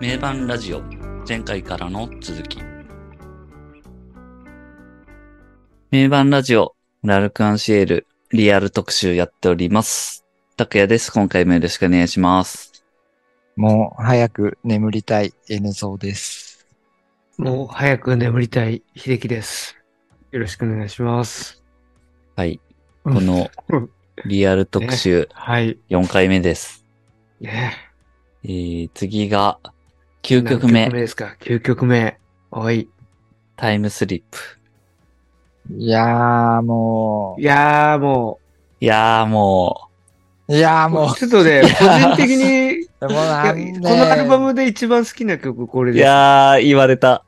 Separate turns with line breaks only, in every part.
名盤ラジオ前回からの続き名盤ラジオラルクアンシエルリアル特集やっております拓也です今回もよろしくお願いします
もう早く眠りたい N ゾーです。
もう早く眠りたい秀樹です。よろしくお願いします。
はいこ
こ
の
うん
リアル特集
はい。
4回目です、
ね
えー、次が9曲目
何曲目ですか ?9 曲目。おい。
タイムスリップ
いやーも
いやーも
いやーも
う、いやー
う、
も
ちょっ
、
とね、個人的に、いう
もうな
や
んね
このアルバムで一番好きな曲これ
う
で
い
す。
やー言われた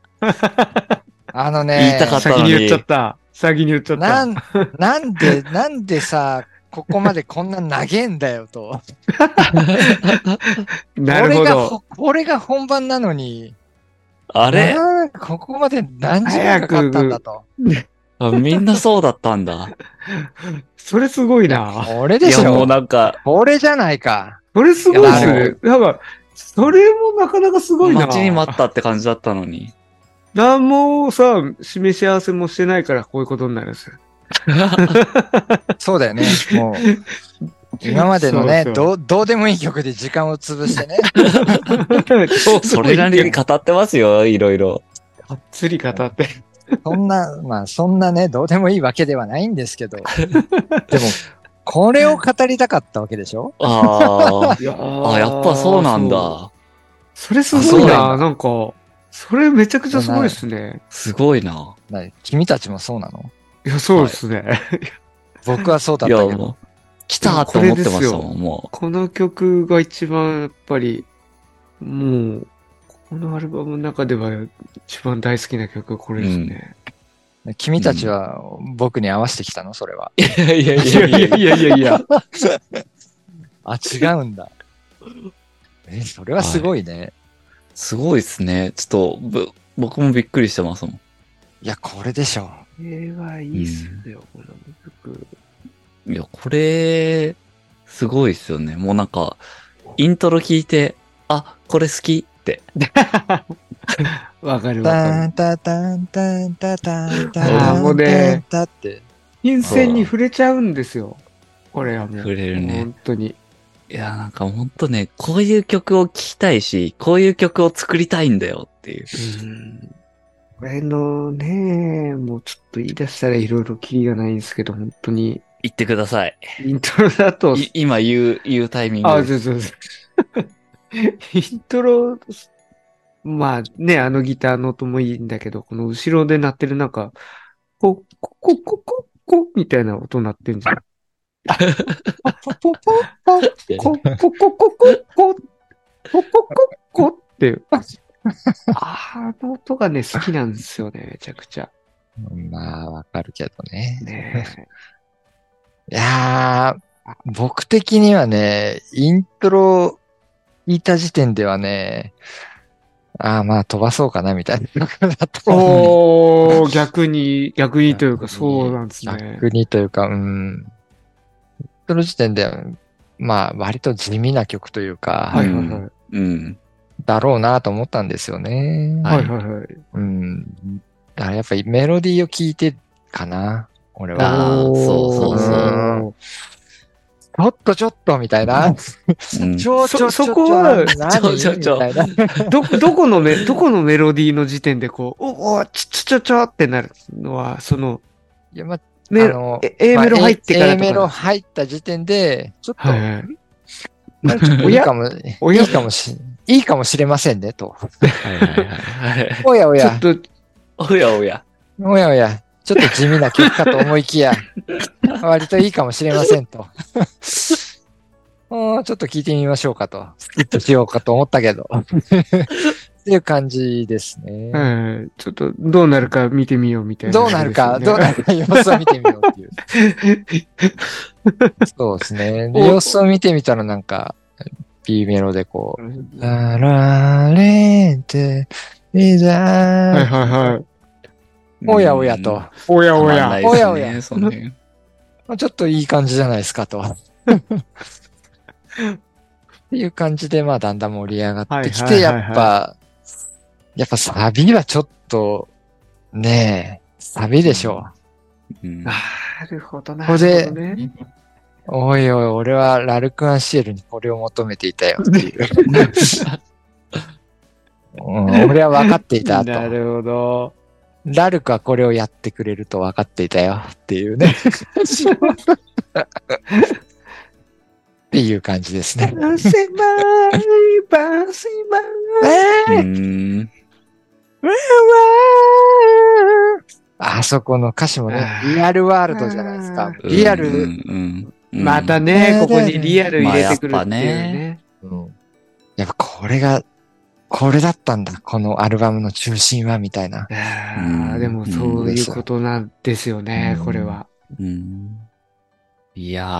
あのね、
言いたかった
先に言っちゃった。先に言っちゃった。
なん、なんで、なんでさ、ここまでこんな長えんだよと。
なるほ
俺が
ど。
ほ、俺が本番なのに、
あれ
なんかここまで何時間かかったんだと。
あみんなそうだったんだ
それすご いな。
俺
い
でし
やもう
ょ
なんか
俺じゃないか。
それすごいっす
いやな
ね。なんか、それもなかなかすごいな。
待ちに待ったって感じだったのに。
何もさ、示し合わせもしてないからこういうことになる んですよ。
そうだよね。 もう、今までのね、
そうそう
どうどうでもいい曲で時間を潰してね。
それなりに
がっ
語ってますよ、いろいろ。
つり語って。
そんな、 まあそんなね、どうでもいいわけではないんですけど。でも、これを語りたかったわけでしょ
あ
いやー
あ、あ、やっぱそうなん。だ。
それすごい
あ
な、なんか。それめちゃくちゃすごいですね。
すごいな。
な君たちもそうなの
いや、そうですね。
僕はそうだ
い
っ
や、
たけど。
もう、来たと思ってま
これ
し
です
た
よ
もん、も
この曲が一番やっぱり、もう、このアルバムの中では一番大好きな曲はこれですね。
君たちは僕に合わせてきたのそれは。
う。いやいや
いやいやいやいやいや。
あ、違うんだ。え、それはすごいね。
すごいですね。ちょっと、ぶ僕もびっくりしてますもん。
い、や、これでしょ。
これはいいっすよ、この曲。
いや、これ、すごいっすよね。もうなんか、イントロ聞いて、あ、これ好きって。
わかるわか
タ
る。
ンタタンタンタタンタ
あ
タ
ー
もう
ンタン
ね
タって。
金線に触れちゃうんですよ。これはもう。
触れるね
本当に。
いや、なんかほんとね、こういう曲を聴きたいし、こういう曲を作りたいんだよっていう。
うんこれのね、もうちょっと言い出したらいろいろキリがないんですけど、本当に、
言ってください。
イントロだと、
い今言う、言うタイミング
あ、
です
そうそうそう。イントロ、まあね、あのギターの音もいいんだけど、この後ろで鳴ってるなんか、こ、こ、こ、こ、こ、こ、みたいな音鳴ってんじゃん。ポポポポこ、こ、こ、こ、こ、こ、こ、こ、こ、こって、あの音がね、好きなんですよね、めちゃくちゃ。
まあ、わかるけどね。
ね
いやー、僕的にはね、イントロ聞いた時点ではね、ああ、まあ飛ばそうかなみたいな感じだった。
おー、逆に、逆にというか、そうなんですね。
逆にというか、うん。イントロ時点では、まあ割と地味な曲というか、
はいはいはい。
うん。
だろうなと思ったんですよね。
はい
はいはいはい。
うん。だからやっぱりメロディーを聞いてかな、俺は。
あーそうそうそう
うんちょっとちょっとみた いな。
うん
ちょちょ
そ
ちょ
そこは
何
ちょちょちょ
みたいな
ど、 どこのメ、どこのメロディーの時点でこう、お、お、ちょちょちょちょってなるのは、その、
いや、まあ、
メ
あ
ロ、
の、
え A メロ入ってから
A
とか。
メロ入った時点で、ちょっと、
はいはい。
なんかちょっといいかも、
お
い
や
いかもし、いいかもしれませんね、
は
と。
いはいはいはい。
おやお
ちょ
や
っ、と、
おやおや。
おやおや、ちょっと地味な曲かと思いきや、 割といいかもしれませんと。 もうちょっと聞いてみましょうかと。スキッとしようかと思ったけど。 っていう感じですね。
はいちょっと、どうなるか見てみようみたいな、
どうなるか、どうなるか様子を見てみようっていう。そうですね。で
お
様子を見てみたらなんか、B メロでこう、ララレーテ、リ
はい
ザー、
はいはい。
おやおやと、
おや
うん。
お
たまんな
や
い。ですね
おやおや
その辺
ちょっといい感じじゃないですかと。っていう感じで、まあ、だんだん盛り上がってき
は
て、
いはいはいはい
やっぱ、やっぱサビはちょっと、ねえ、サビでしょ
うん
なるほどな。
ここで
なる
う。おいおい、俺はラルクアンシエルにこれを求めていたよ。
ほどね
うん、俺は分かっていたと。
なるほ ど。
ラルクはこれをやってくれると分かっていたよっていうね。っていう感じですね。
狭い、狭
う
い。
ん。
あそこの歌詞もね
あ、ー
リアルワールドじゃないですか。
うん
リア
う
ル、
ん。うん
また。ね、ここにリアル入れてくる
まあ
っ
やって
いう
ぱね
ね。
うんやっぱこれが、これだったんだ。このアルバムの中心は、みたいな。
あ
う
あ、
ん
でもそういうことなんですよね
う、ん
これは。
うん。いやー。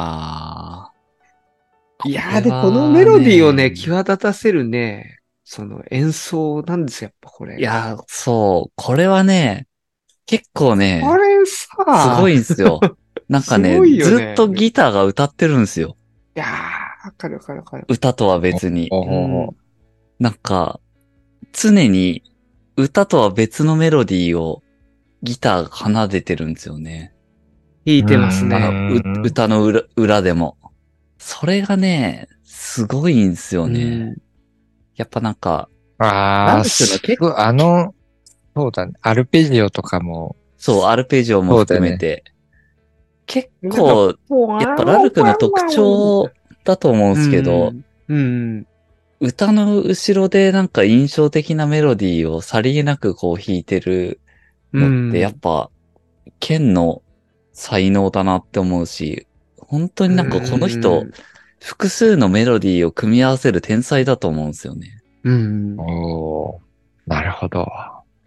いやーで、このメロディーをね、
際
際立たせるね、その演奏なんですよ、やっぱこれ。
いやー、そう、これはね、結構ね、
これさ、
すご
い。い
いんですよ。なんかね
すごいよね
ずっとギターが歌ってるんですよ。
やー、わかるわかるわかる。
歌とは別に。
お
うん
なんか、常に歌とは別のメロディーをギターが奏でてるんですよね。
弾いてます
あ
ね。
の、う
うん
歌の裏裏でも。それがね、すごいんですよね。
うん
やっぱなんか、
あ
なん
あ、
ですよね
すごい、あの、そうだね。アルペジオとかも、
そう、アルペジオも含めて。結構、やっぱラルクの特徴だと思うんですけど、
うん、うん。
歌の後ろでなんか印象的なメロディーをさりげなくこう弾いてるのってやっぱ、剣の才能だなって思うし、本当になんかこの人、複数のメロディーを組み合わせる天才だと思うんですよね。
うん。うん
おなるほど。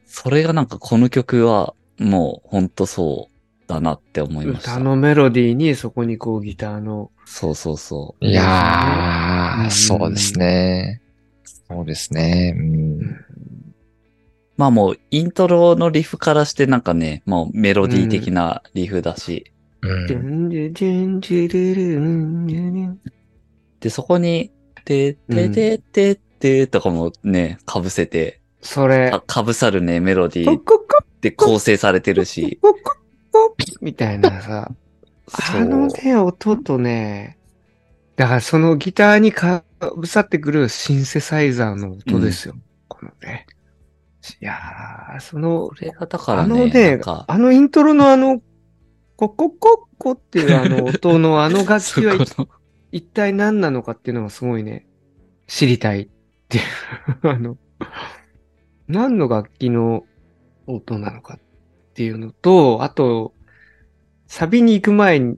それがなんかこの曲はもう本当そうだなって思いまし
歌
た。
のメロディーに、そこにこうギターの、
そうそうそう。
いや
う
ー、
ん
そうですね。そうですね。うん
まあもうイントロのリフからしてなんかね、もうメロディー的なリフだし、
うん
ジュンジュジュンジュルルルンジュルン
で、そこに、て、て、て、て、て、とかもね、被せて、
それ、
あ被さるね、メロディ
コ
ー
ッコッコ
で構成されてるし、
コッコッコッみたいなさ、
そ
あの
う。
ね、音とね、だからそのギターにかぶさってくるシンセサイザーの音ですよ。このね。いやー、その
こ、れがだから
あ
ね、
の
な
ね
ん、か、
あのイントロのあの、コココッコっていう あの音のあの楽
そ
器は
この、
一体何なのかっていうのがすごいね、知りたい っていうあの、何の楽器の音なのかっていうのと、あと、サビに行く前に、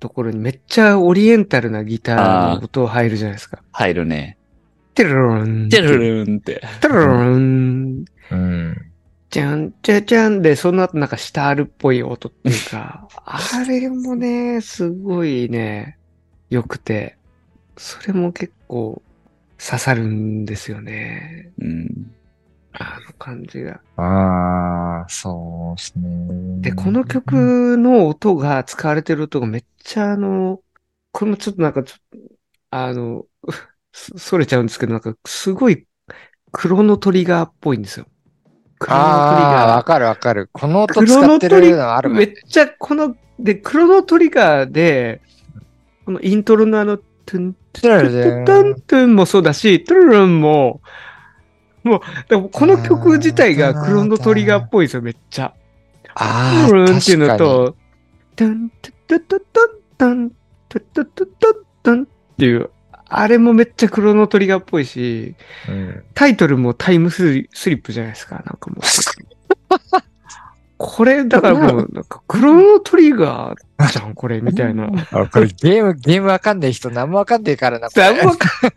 ところにめっちゃオリエンタルなギターの音入るじゃないですか。
入るね。
テロロン。
てるるんって。
テロロン。
うん。
じゃん、じゃじゃんで、その後なんか下あるっぽい音っていうか、 あれもね、すごいね、良くて、それも結構刺さるんですよね。
うん。
あの感じが。
あー、そうですね。
で、この曲の音が、使われてる音がめっちゃあの、これもちょっとなんかちょっと、あの、 そそれちゃうんですけど、なんかすごい黒のトリガーっぽいんですよ。黒のトリガ
あー、
ー
わ。かるわかる。この音使ってるのあるもん
めっちゃこの、で、クロノトリガーで、このイントロのあの、トゥン、トゥン、トゥン、トゥン、トゥンもそうだし、トゥルルンも、もう、でもこの曲自体がクロノトリガーっぽいですよ、めっちゃ。
あ
トゥルルン
ー、
っていうの
確かに。
と、トゥン、トゥトゥトゥトゥン、トゥトゥトゥトゥトゥンっていう、あれもめっちゃクロノトリガーっぽいし、
うん
タイトルもタイムスリスリップじゃないですか、なんかもう。これ、だからもう、なんか、クロノトリガーじゃん、これ、みたいな。
あこれゲーム、ゲームわかんない人何もわかんないからな。これ
何もわかん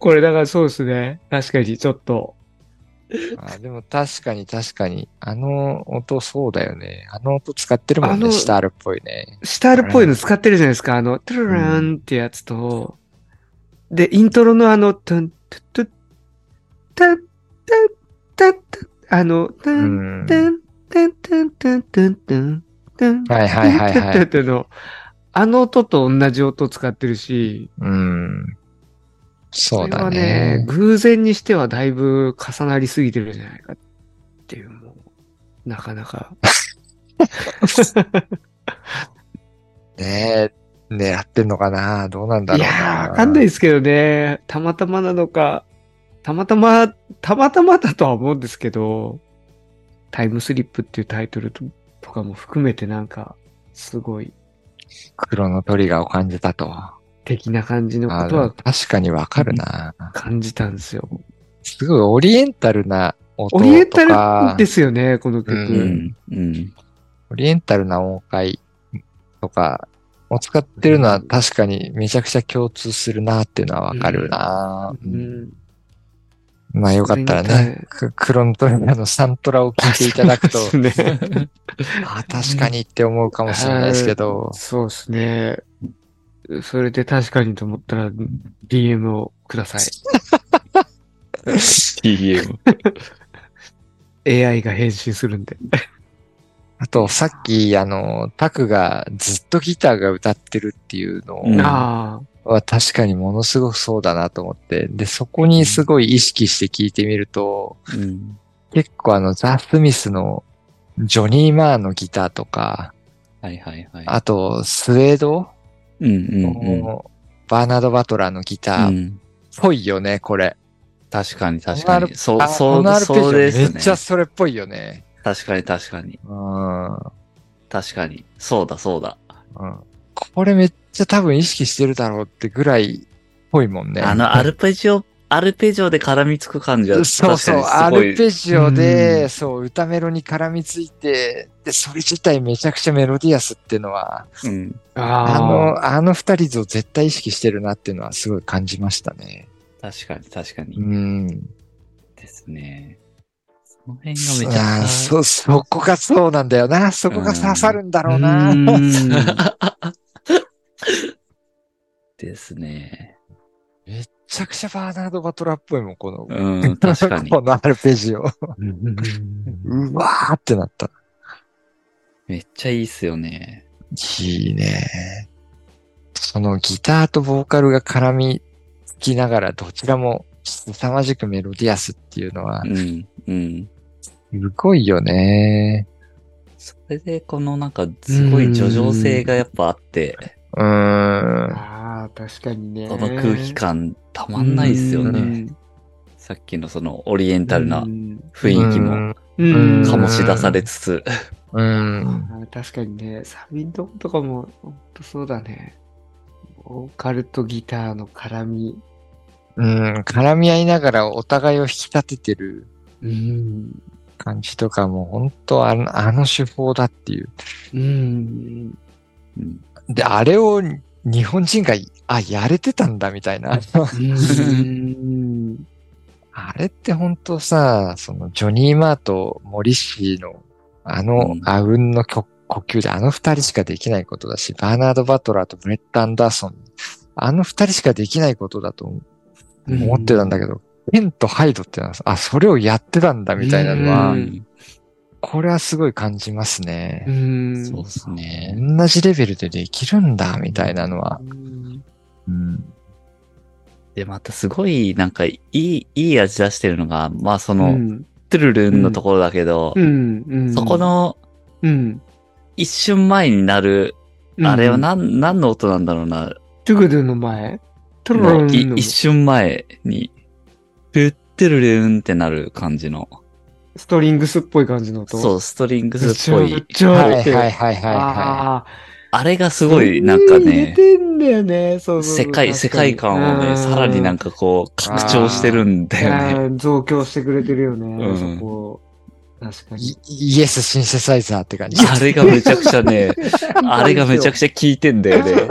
これ、だからそうですね。確かに、ちょっと。
あでも確かに確かに。あの音そうだよね。あの音使ってるもん
あ
ね。
の
下あるっぽいね。
スタイルっぽいの使ってるじゃないですか、あの、トゥルランってやつと、で、イントロのあの、トゥン、トゥン、トゥン、タッ、タッ、タッ、タッ、あの、トゥ
う
ン、
ん
トゥン、トゥン、トゥン、トゥン、トゥン、トゥン、トゥン、
はいはいはいはい。
っての、あの音と同じ音使ってるし、
うん。そうだ
これはね
ね。
偶然にしてはだいぶ重なりすぎてるんじゃないかっていう、もう、なかな か。
ねえ、狙ってんのかなどうなんだろ
いう
な。
やー、わかんないですけどね。たまたまなのか、たまたま、たまたまだとは思うんですけど、タイムスリップっていうタイトルととかも含めてなんか、すごい
黒のトリガーを感じたと。
的な感じの
あ
ことは
確かにわかるな。
感じたんですよ。
すごいオリエンタルな音とか。
オリエンタルですよね、この曲。
う
うんん。うん。
オリエンタルな音階とかを使ってるのは確かにめちゃくちゃ共通するなっていうのはわかるな、
うん
まあよかったらね、くクロノトリガーのサントラを聴いていただ くと、
そうですね。
あ確かにって思うかもしれないですけど、
そうですね。それで確かにと思ったら、DM をください。
TM。
AI が返信するんで。
あとさっきあの、タクがずっとギターが歌ってるっていうの
うん
ああ。
は確かにものすごくそうだなと思って、で、そこにすごい意識して聴いてみると、
うん。
結構あの、ザ・スミスのジョニー・マーのギターとか、
はいはいはい。
あと、スウェード
うんうんうん。
のバーナード・バトラーのギタ
う
ーっ
ん
ぽいよね、これ。
確かに確かに。そう、
あ
そ
この
う、
アルペジオ
そうですね。
めっちゃそれっぽいよね。
確かに確かに。
うん。うん
確かに。そうだそうだ。
これめっちゃ多分意識してるだろうってぐらいっぽいもんね。
あの、アルペジオ、アルペジオで絡みつく感じは確か
そう
にす
そう、ア
ご
ル
い。
ペジオ
う
で、
ん
そう、歌メロに絡みついて、で、それ自体めちゃくちゃメロディアスっていうのは、
うん。
あ
ああ。
の、あの二人を絶対意識してるなっていうのはすごい感じましたね。
確かに確かに。
うん。
ですね。その辺がめち
いや
ゃ
ー
くちゃ。
そ、そこがそうなんだよな。そこが刺さるんだろうな。
うーん
ですね。
めっちゃくちゃバーナード・バトラーっぽいもん、この。
うん、確かに。
このアルペジオ。
うん
うわーってなった。
めっちゃいいっすよね。
いいね。そのギターとボーカルが絡みつきながら、どちらも凄まじくメロディアスっていうのは
う、ん、うん。
すごいよね。
それで、このなんか、すごい叙情性がやっぱあって、
うーん。
ああ、確かにね。
この空気感、たまんないっすよね。さっきのその、オリエンタルな
うん。
雰囲気も
うん
醸し出されつつ、
うん。うん。
あー確かにね、サビのとことかも、ほんとそうだね。ボーカルとギターの絡み。
うん。絡み合いながらお互いを引き立ててる
うん。
感じとかも、本当あの、あの手法だっていう。
うん。
うん
で、あれを日本人が、あ、やれてたんだみたいな。
うん。
あれって本当さ、そのジョニー・マーとモリッシーのあの
うん
あうんの呼呼吸であの二人しかできないことだし、バーナード・バトラーとブレッド・アンダーソン、あの二人しかできないことだと思ってたんだけど、ケンとハイドってのは、あ、それをやってたんだみたいなのは、
う
これはすごい感じますね。
うん。
そうっすね。
同じレベルでできるんだ、みたいなのは。
うん
うん。
で、またすごい、なんか、いい、いい味出してるのが、まあその、
うん
トゥルルンのところだけど、
うん。うん
そこ、の
うん。
一瞬前になる、
うん
あれは何、何の音なんだろうな、
トゥグドゥの前トゥルル
のい
ンの
一瞬前に、トゥッテルルンってなる感じの、
ストリングスっぽい感じの音。
そう、ストリングスっぽ
めっ
い、
ちゃ
はい
め
は
っ
い
ちゃ
はいはいは
ああ、
あれがすごい、なんか
入れ
ね、
てんだよね。そうそうそう
世界、世界観をね、さらになんかこう、拡張してるんだよね。
ね。増強してくれてるよ
う
ね、
ん
そこ。確か
い。
に
イ。イエスシンセサイザーって感じ。
あれがめちゃくちゃね、あれがめちゃくちゃ効いてんだよね。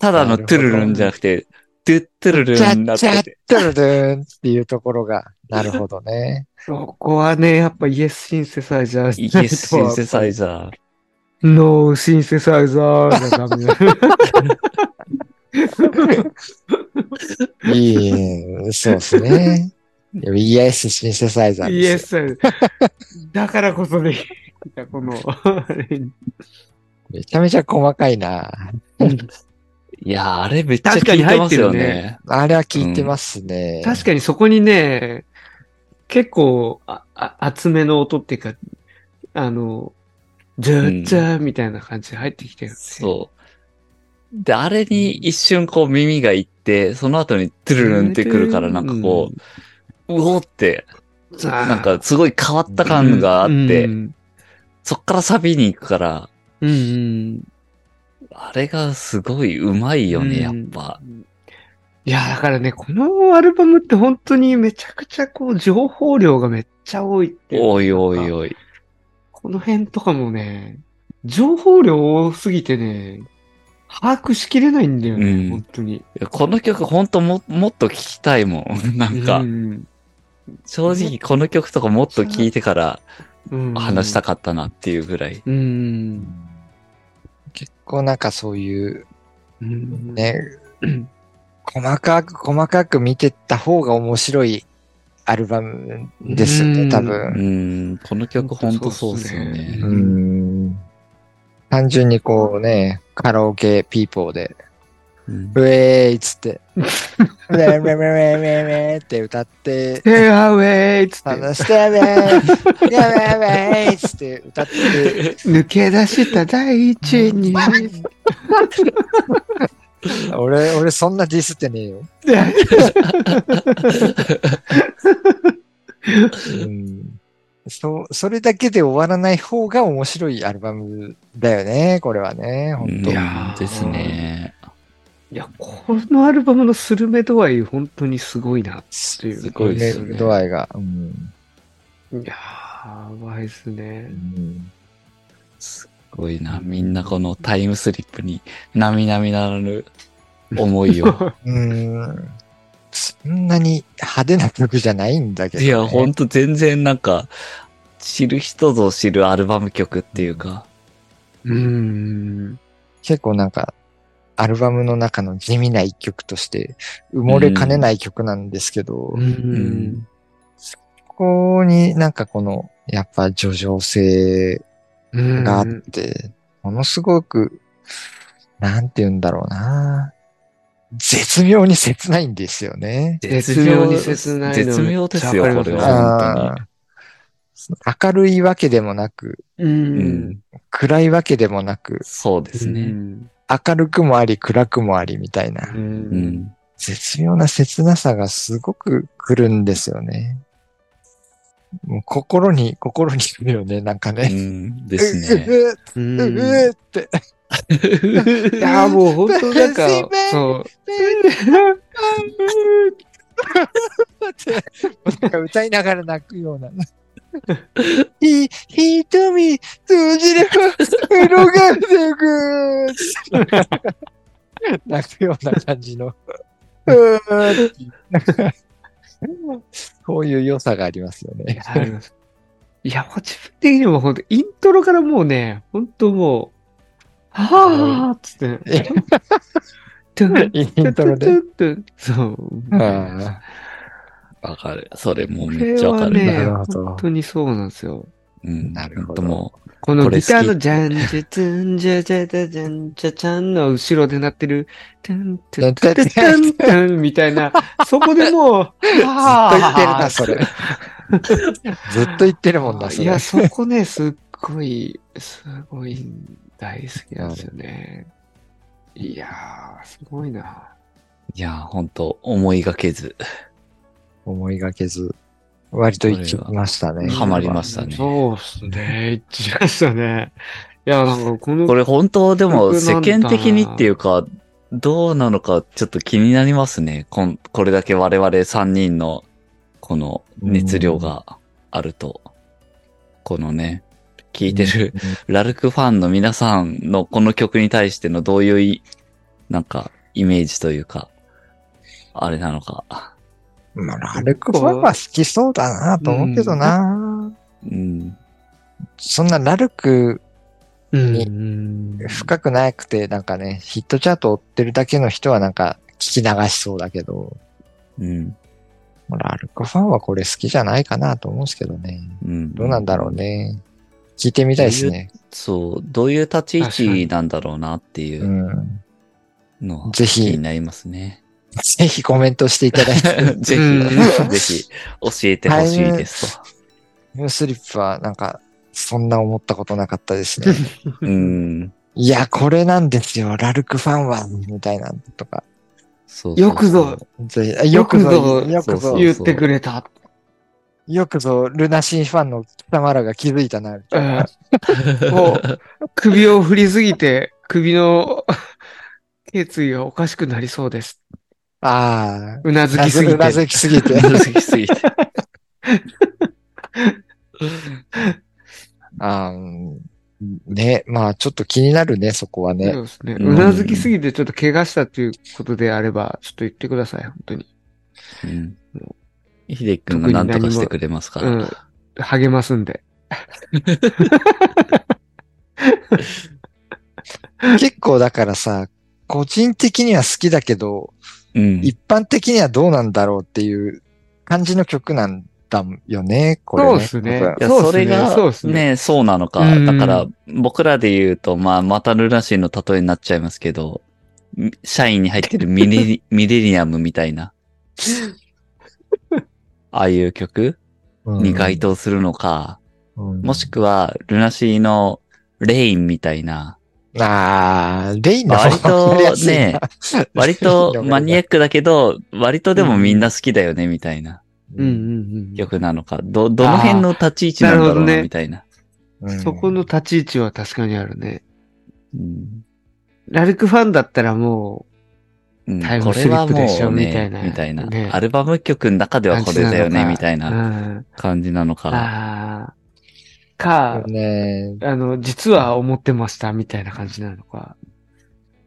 ただのトゥルルンじゃなくて、トゥッテルル
チャ
ンにな
ッ
っ
チ
て
ャッ
て。
ドルドゥーンっていうところが、なるほどね。
そこはね、やっぱイエスシンセサイザー。
イエスシンセサイザ
ー。ノーシンセサイザーがダメだ。
いい、そうですね。でもイエスシンセサ イザー
イエ
です
ス。だからこそできた、この、あれ
めちゃめちゃ細かいな。
いやー、あれめっちゃ効いてますよね。
あれは聞いてますね。
確かにそこにね、結構ああ厚めの音っていうか、あの、ジャージャーみたいな感じで入ってきてる、ね
そう。で、あれに一瞬こう耳がいって、その後にトゥルルンってくるから、なんかこう、うおーって、
うん、な
なんかすごい変わった感があって、そっからサビに行くから、
うんうん。
あれがすごい上手いよね、や
う
っ
ん
ぱ。
いや、だからね、このアルバムって本当にめちゃくちゃこう、情報量がめっちゃ多いっていうか
おいおいおい。
この辺とかもね、情報量多すぎてね、把握しきれないんだよね、
うん
本当に。
この曲ほんとも、もっと聴きたいもん。 なん
う
か、
ん
正直この曲とかもっと聴いてから
うん
話したかったなっていうぐらい。
うん。
結構なんかそういう
うん。
ね、 細かく細かく見てった方が面白いアルバムですよ
うん
ね、多
う
分。
ん、この曲ほんとそうっすよ
ほんとそうっす
ね
ね。
うん単純にこうね、カラオケピーポーで、
うん
ウェーイっつ って、ウェーウェーウェーウェーウェーウェーって歌って、
Stay away! つって。
話してねー、やべやべーっつって歌って、
抜け出した第一位に。い
俺、俺そんなディスってねえよ。
や
うんそう、それだけで終わらない方が面白いアルバムだよね、これはね、
う
本
ん
当
やー
ですね。
いや、このアルバムのスルメ度合い、本当にすごいなっていう。
すごいっすよ
ね
ね。
度合いが。うん
いやー、やばいですね。
すごいな。みんなこのタイムスリップに並々ならぬ思 いを。
うん。そんなに派手な曲じゃないんだけど、
い
ね。
や、ほんと全然なんか、知る人ぞ知るアルバム曲っていうか。
うん。
結構なんか、アルバムの中の地味な一曲として埋もれかねない曲なんですけど、
う
こ
ん。
こになんかこの、やっぱ叙情性
うん。
があって、ものすごく、なんて言うんだろうな。絶妙に切ないんですよね。
絶妙に切ないの
絶妙ですよ、
めっちゃ
こ
わか
れ
ります
は。
あー明るいわけでもなく、
う
本当に。うんん。。
暗いわけでもなく、
そうです
う
ね。
ん
明るくもあり暗くもありみたいな、
う。
うんん。
絶妙な切なさがすごく来るんですよね。もう心に、心に来るよね、なんか
う
ね。
ん。ですね。
うう
う。
うううんうって。
いやー、もう本当なんか
すいませ、ん
そう。
なんか歌いながら泣くような。ひ、瞳通じれば、広がってく。泣くような感じの。うーってこういう良さがありますよね。
ありますいや、もう自分的にも本当イントロからもうね、本当もう、はぁーっつって、
え
トゥン、
イントロ
トゥ
で。
ントゥントゥンそう。
あ
わかる。それもう
こ
め
れ
っちゃわか
は
る。
ね、
なるほど
本当にそうなんですよ。
うん。
なるほ
ほん
ど
とも
この
これ好
ギ
き
ターのジャンジャジャンジャジャジャジャンジャチャンの後ろで鳴ってる、トゥントゥントゥントゥントゥンみたいな、そこでもう、
あ。ずっと言
は
ってるな、それ。ずっと言ってるもんな、そ
い
れ
や、。そこね、すっごい、すごい大好きなんですよね。いやー、すごいな。
う、いや、ほんと思いがけず、
思いがけず、割と行きましたね。
ハマりましたね。
そうっすね。一致でしたね。いや、なんかこの、
これ本当でも
僕な
世
ん
間
だ
的にっていうか、どうなのかちょっと気になりますね。こんこれだけ我々3人のこの熱量があると。このね、聞いてる、ラルクファンの皆さんのこの曲に対してのどういうい、なんかイメージというか、あれなのか。
うん。まあ、ラルクファンは好きそうだなと思うけどな。
うん。
そんなラルク
うん。
深くなくて、なんかね、ヒットチャート追ってるだけの人はなんか聞き流しそうだけど、
うん。
ラルクファンはこれ好きじゃないかなと思うんですけどね。
うん。
どうなんだろうね。聞いてみたいですね。。
そう、どういう立ち位置なんだろうなっていううんのは
ぜ
気
ひ
になりますね。
ぜひコメントしていた だいて。
ぜひ、
う
ぜひ教えてほしいですと。
ニュースリップはなんか、そんな思ったことなかったですね。
うん。
いや、これなんですよ、ラルクファンは、みたいなのとか。
そうそうそう
よ くぞ、
ぜひあよくぞ、よ
よ
く
く
ぞ
ぞ、
言ってくれた。
よくぞ、ルナシーファンの貴様らが気づいたな、みたいな。
うんもう首を振りすぎて、首の 頸椎がおかしくなりそうです。
あ
うなず
あ、
きすぎ
うな
て。
ずきすぎて。
うな ずきすぎて。
あーうんね、まあちょっと気になるね、そこはね
そ。うですね。
うん
うなずきすぎてちょっと怪我したということであれば、ちょっと言ってください、本当に。
うん。ひでくんが何とかしてくれますから。
うん。励ますんで。
結構だからさ、個人的には好きだけど、
うん。
一般的にはどうなんだろうっていう感じの曲なんだよね、これ、ね。
そうですね
多分
いや、
そうっ
そ
すね
れが
そうっすね
ね、そうなのか。
うん
だから、僕らで言うと、まあ、またルナシーの例えになっちゃいますけど、み社員に入ってるミレ リミレニアムみたいな、ああいう曲
うん
に該当するのか、
うん
もしくは、ルナシーのレインみたい な、
ああ、レインの
割と
わかりやすい な、
割とマニア
ア
ックだけど、割とでもみんな好きだよね、みたいな
うんうん
曲なのか、ど、どの辺の立ち位置なんだろう
あーなるほど
な、
ね
みたいな。
うん。そこ
の、
の立ち位置は確かにあるね。
うん
ラルクファンだったらも
うん
タイムスリップでし
これは
ょ
もうね
みたいな
みたいな
ね
アルバム曲の中で
う、
はこれだよね、みたいな
な。
感じなの
う
か
ん。
な。
ああ。か、
ね、
あの、実は思ってました、みたいな感じなのか。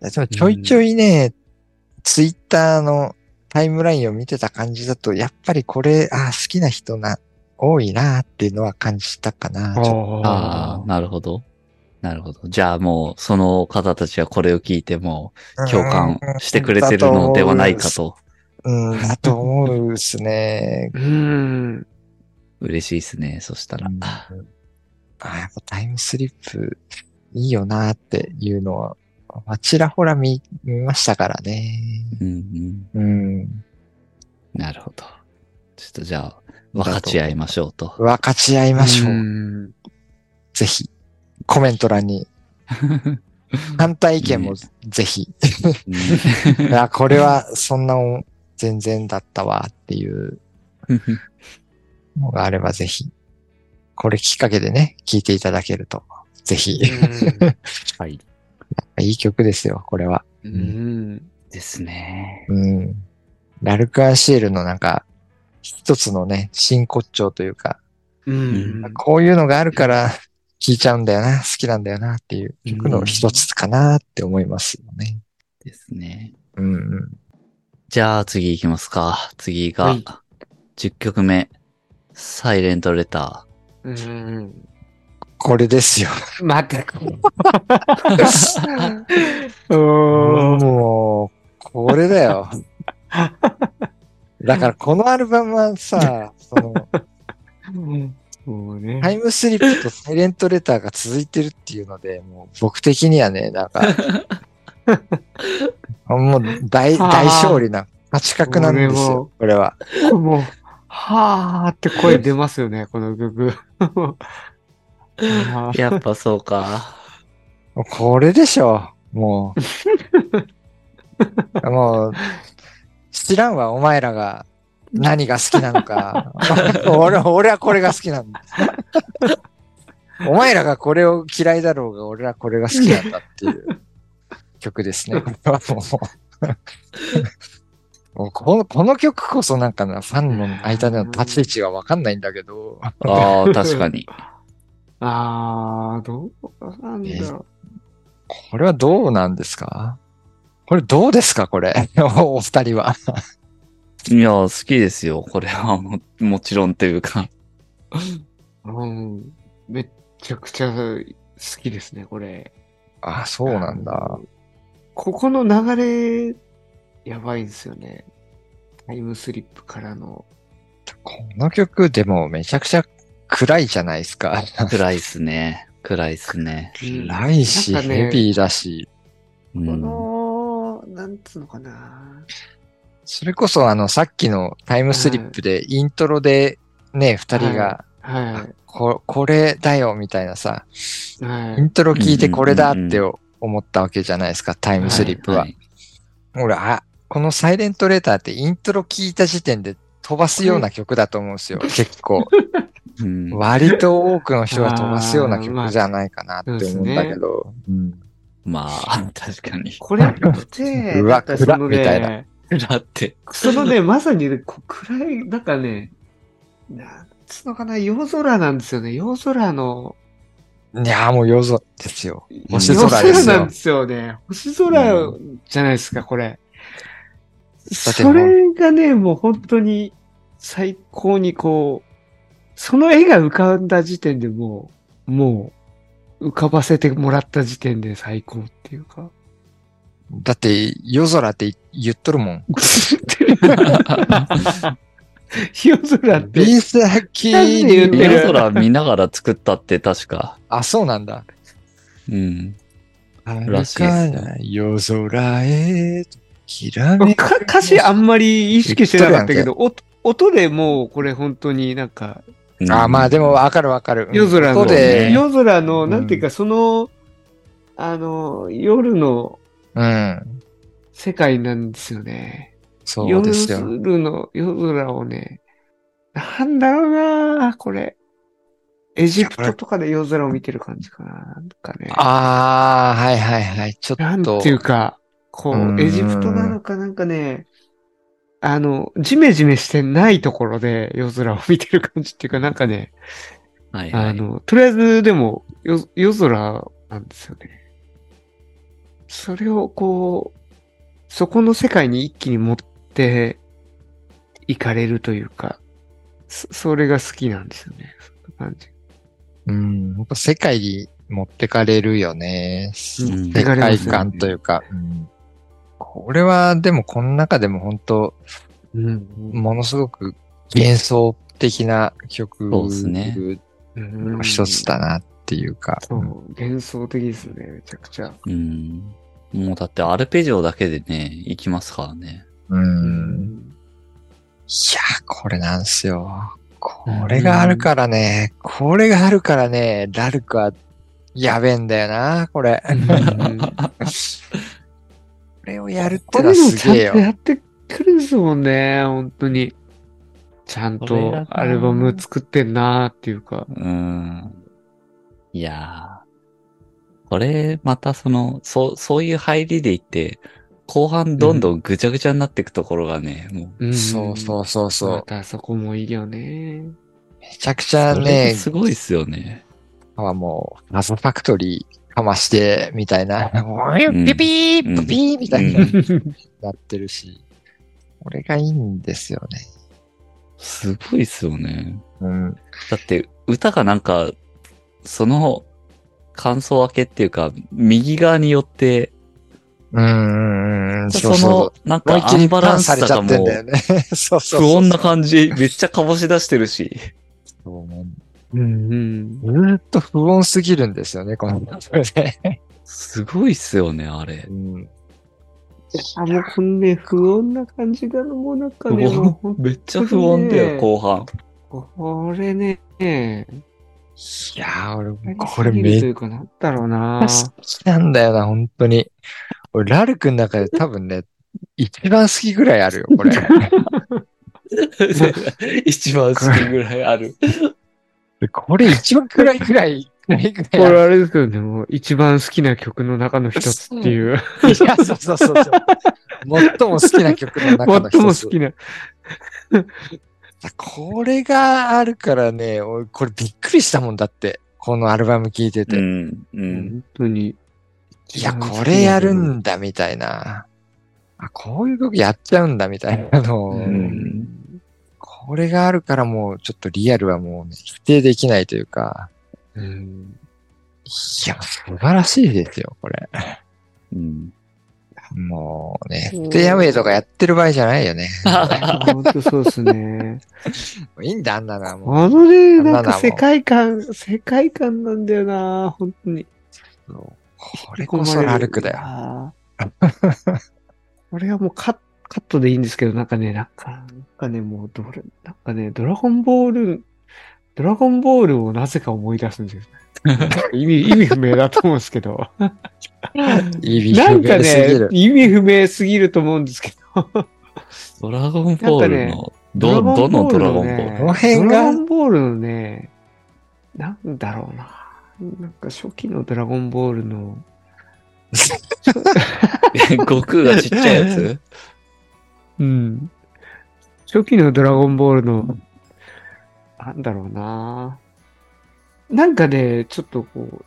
でもちょいちょいね、ツイッターのタイムラインを見てた感じだと、やっぱりこれ、ああ、好きな人な、多いなーっていうのは感じたかな。ちょっ
ああ、なるほど。なるほど。じゃあもう、その方たちはこれを聞いても、
と
共感してくれてるのではないか。と。
うん、うんだと思うっすね。
うーん。
嬉しいですね、そしたら。
ああ、やっぱタイムスリップ、いいよなーっていうのは、まあ、ちらほら見、見ましたからね。
うんうん。
うん。
なるほど。ちょっとじゃあ、分かち合いましょうと。
分かち合いましょう。
うん
ぜひ、コメント欄に反対意見もぜひ。いや、これはそんなもん全然だったわっていうのがあればぜひ、これきっかけでね、聞いていただけると、ぜひ、
はい。
いい曲ですよ、これは。
うんうん。
ですね。
うん。ラルクアンシエルのなんか、一つのね、真骨頂というか、
うん。
こういうのがあるから聴いちゃうんだよな、好きなんだよなっていう曲の一つかなって思いますよね。
ですね。
うんうん。
じゃあ次行きますか。次が、
はい
10曲目、サイレントレタ
うん。
これです よ。
待って。
ー。
もう、これだ よ。だからこのアルバムはさ、その
そうね。
タイムスリップとサイレントレターが続いてるっていうので、もう僕的にはね、なん か、もう大
はあ
大勝利な、勝ち確なんです
俺
よ
も、
これは。
もう、はーって声出ますよね、この曲。あー
やっぱそうか。
もうこれでしょ、もう。 もう、知らんわ、お前らが何が好きなのか。 俺俺はこれが好きなんだ。お前らがこれを嫌いだろうが、俺はこれが好きなんだっていう曲ですね。こ れはもうもうこのこの曲こそなんかな、ファンの間での立ち位置がわかんないんだけど、
ああ、確かに。
あー、どうなんだろ
これはどうなんですかこれどうですかこれ。 おお二人は。
いや、好きですよ。これはも、もちろんというか。
う。うん。めっちゃくちゃ好きですね、これ。
あ、そうなんだ。。
ここの流れ、やばいんですよね。タイムスリップからの。
この曲でもめちゃくちゃ暗いじゃないですか。
暗いですね。くらいですね。
うん
ないし、
なんかね
ヘビーだし、
う
こ
ん。
の、なんつうのかな。
それこそあの、さっきのタイムスリップで、イントロでね、二人が、
は
こ、これだよ、みたいなさ、
い。は
イン
い。
トロ聞いてこれだって
うん
思ったわけじゃないですか、タイムスリップは
は。い。
俺、あ、このサイレントレーターってイントロ聞いた時点で飛ばすような曲だと思うんですよ、結構。
うん
割と多くの人が飛ばすような曲じゃないかなって思うんだけど。うん
まあ、確かに。
これって、
うわ
なんかその
暗
ね
っみたいな。
だ って。
そのね、 まさにね、こ暗い、なんかね、なんつうのかな、夜空なんですよね。夜空の、
いやーもう夜空ですよ。星
夜
空です
な
よ
んで。すよね。星空じゃないですか、これ。
て
それがね、もう本当に最高にこう、その絵が浮かんだ時点でもう、もう、浮かばせてもらった時点で最高っていう か。
だって夜空って言っとるもん。
夜空って。
ビースハッキーに
なんで言ってる
夜空見ながら作ったって確か。
あ、そうなんだ。
うん。
ら
らしいっすね
夜空へと、きらめ
か歌詞あんまり意識してなかったけど、音音でもうこれ本当になんか、
あ、まあでも
あ
わかるわかる。うん
夜空の、
音で、
夜空の、
うん
なんていうかその、あの、夜の
うん。
世界なんですよね。
そうですよ。
夜の夜空をね、なんだろうなこれ。エジプトとかで夜空を見てる感じかな。なんかね。
ああ、はいはいはい。ちょっと。
なんていうか、こ
う
う、
ん
エジプトなのかなんかね、あの、ジメジメしてないところで夜空を見てる感じっていうか、なんかね、
はいは
あ
い。
の、とりあえずでもよ夜空なんですよね。それをこう、そこの世界に一気に持っていかれるというか、そそれが好きなんですよね。そんな感じ。
うん、ほんと世界に持ってかれるよね。
ん
世界観というか。うんこれは、でもこの中でも本当
うん。
ものすごく幻想的な曲
そうっすね
の一つだなっていうか。
そう、幻想的ですね、めちゃくちゃ。
うん。もうだってアルペジオだけでね、行きますからね。
うん。いやー、これなんすよ。これがあるからね、これがあるからね、ラルクはやべえんだよな、これ。これをやるって
こ
の
れ
は
も
す
ちゃ
げえよ
んと。やってくるんですもんね、本当に。ちゃん
これ
と
がな
アルバム作ってんなーっていうか。
うん。いやー。これ、またその、そう、そういう入りでいって、後半どんどんぐちゃぐちゃになっていくところがね、もう、
ん
そうそうそう
ま
そう。
たそこもいいよね。
めちゃくちゃ
それ
ね、
すごいっすよね。
はもう、謎ファクトリーかまして、みたいな。ピピーピピーみたいな、
うん
なってるし。これがいいんですよね。
すごいっすよね。
うん。
だって、歌がなんか、その、感想分けっていうか、右側によって、
うんうんうん。
そ
そうそう。
の、なん
思い
かア
っきり
ン
パ
バラ
ン
ン
さ
ス
れち
さ
ゃ
が
っ
も
てんだよ
う、
ね。 そうそうそう。
不穏な感じ、めっちゃかぼし出してるし。
そうね
うんうん。
ずーっと不穏すぎるんですよね、このそれで。
すごいっすよね、あれ
う。ん。
あ、もうこのね、不穏な感じがもうなんかね、もうほん
めっちゃ不安だよ、
ね
後半。
これね、
いやー、俺、これめっ
と
ち
いうかなんだろう
ゃ
な
好きなんだよな、本当に。俺、ラルクの中で多分ね、一番好きぐらいあるよ、 これ。
一番好きぐらいある。
でこれ一番暗いぐら い、暗いぐ
こ
らい
れあれですよね、もう一番好きな曲の中の一つっていう。
ある。いや、そうそうそうそう。最も好きな曲の中の一つ。
最も好きな。
これがあるからね、俺、これびっくりしたもんだって。このアルバム聴いてて。
ん、うん。
本当に。
いや、これやるんだ、みたいな。あ、こういう曲やっちゃうんだ、みたいなのを、
ん
これがあるからもう、ちょっとリアルはもう、ね、否定できないというか。
うん
いや、素晴らしいですよ、これ。
うん。
もうね、フットヤメとかやってる場合じゃないよね。
本当そうで すね。
いいんだ、あんなのはも
あのね、
あんな
な
のは
んか世界観、世界観なんだよな、本当に。
う。これこそラルクだよ。
よ。 これはもうカッカットでいいんですけど、なんかね、なんか、なんかね、もうどれ、なんかね、ドラゴンボール、ドラゴンボールをなぜか思い出すんですよ ね。意味、意味不明だと思うんですけど。
指
なんか
広げすぎ
ね
る、。
意味不明すぎると思うんですけど。
ドラゴンボール
なんか
の、ど、どのドラゴンボール、
ね
この辺が
ドラゴンボールのね、なんだろうな。なんか初期のドラゴンボールの、
悟空がちっちゃいやつ
うん。初期のドラゴンボールの、なんだろうな。なんかね、ちょっとこう、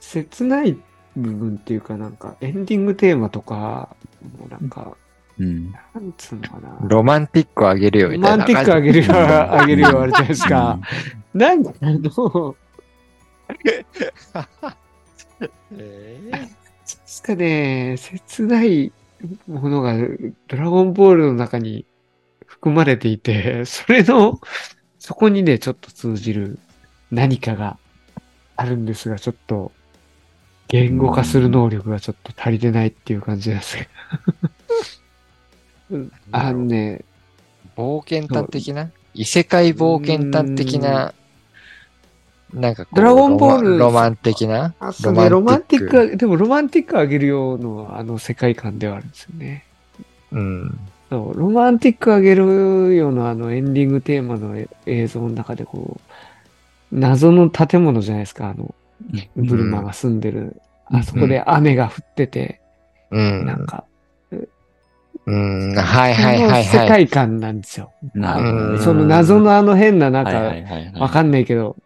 切ない部分っていうかなんか、エンディングテーマとか、もうなんか、
うん。
なんつうのかな。
ロマンティックをあげるよ、みた
マ
い
ン
な
ティ
感
ッ
じ。
クあげるよ、あげるよ、あれじゃないです
う
か
ん。
なんかあの、
え
確かね、切ないものがドラゴンボールの中に含まれていて、 それの、そこにね、ちょっと通じる何かがあるんですが、ちょっと、言語化する能力がちょっと足りてないっていう感じなんですけど。うん あのね、
ー冒険探的な異世界冒険探的な、なんかこう
ドラゴンボール
ロマロマン的な
あそうねロマンティックは、でもロマンティックあげるようのあの世界観ではあるんですよね。
うん。
そう、ロマンティックあげるようなあのエンディングテーマのえ映像の中でこう、謎の建物じゃないですか、あの、ブルマが住んでる。
うん
あそこで雨が降ってて、
うん。
なんか、
うん。はい
そ
はい
の
はい
世
はい。
界観なんですよ。
なるほどね
うん
その謎のあの変ななん
はいは
か、
いはいはい
わかんないけど、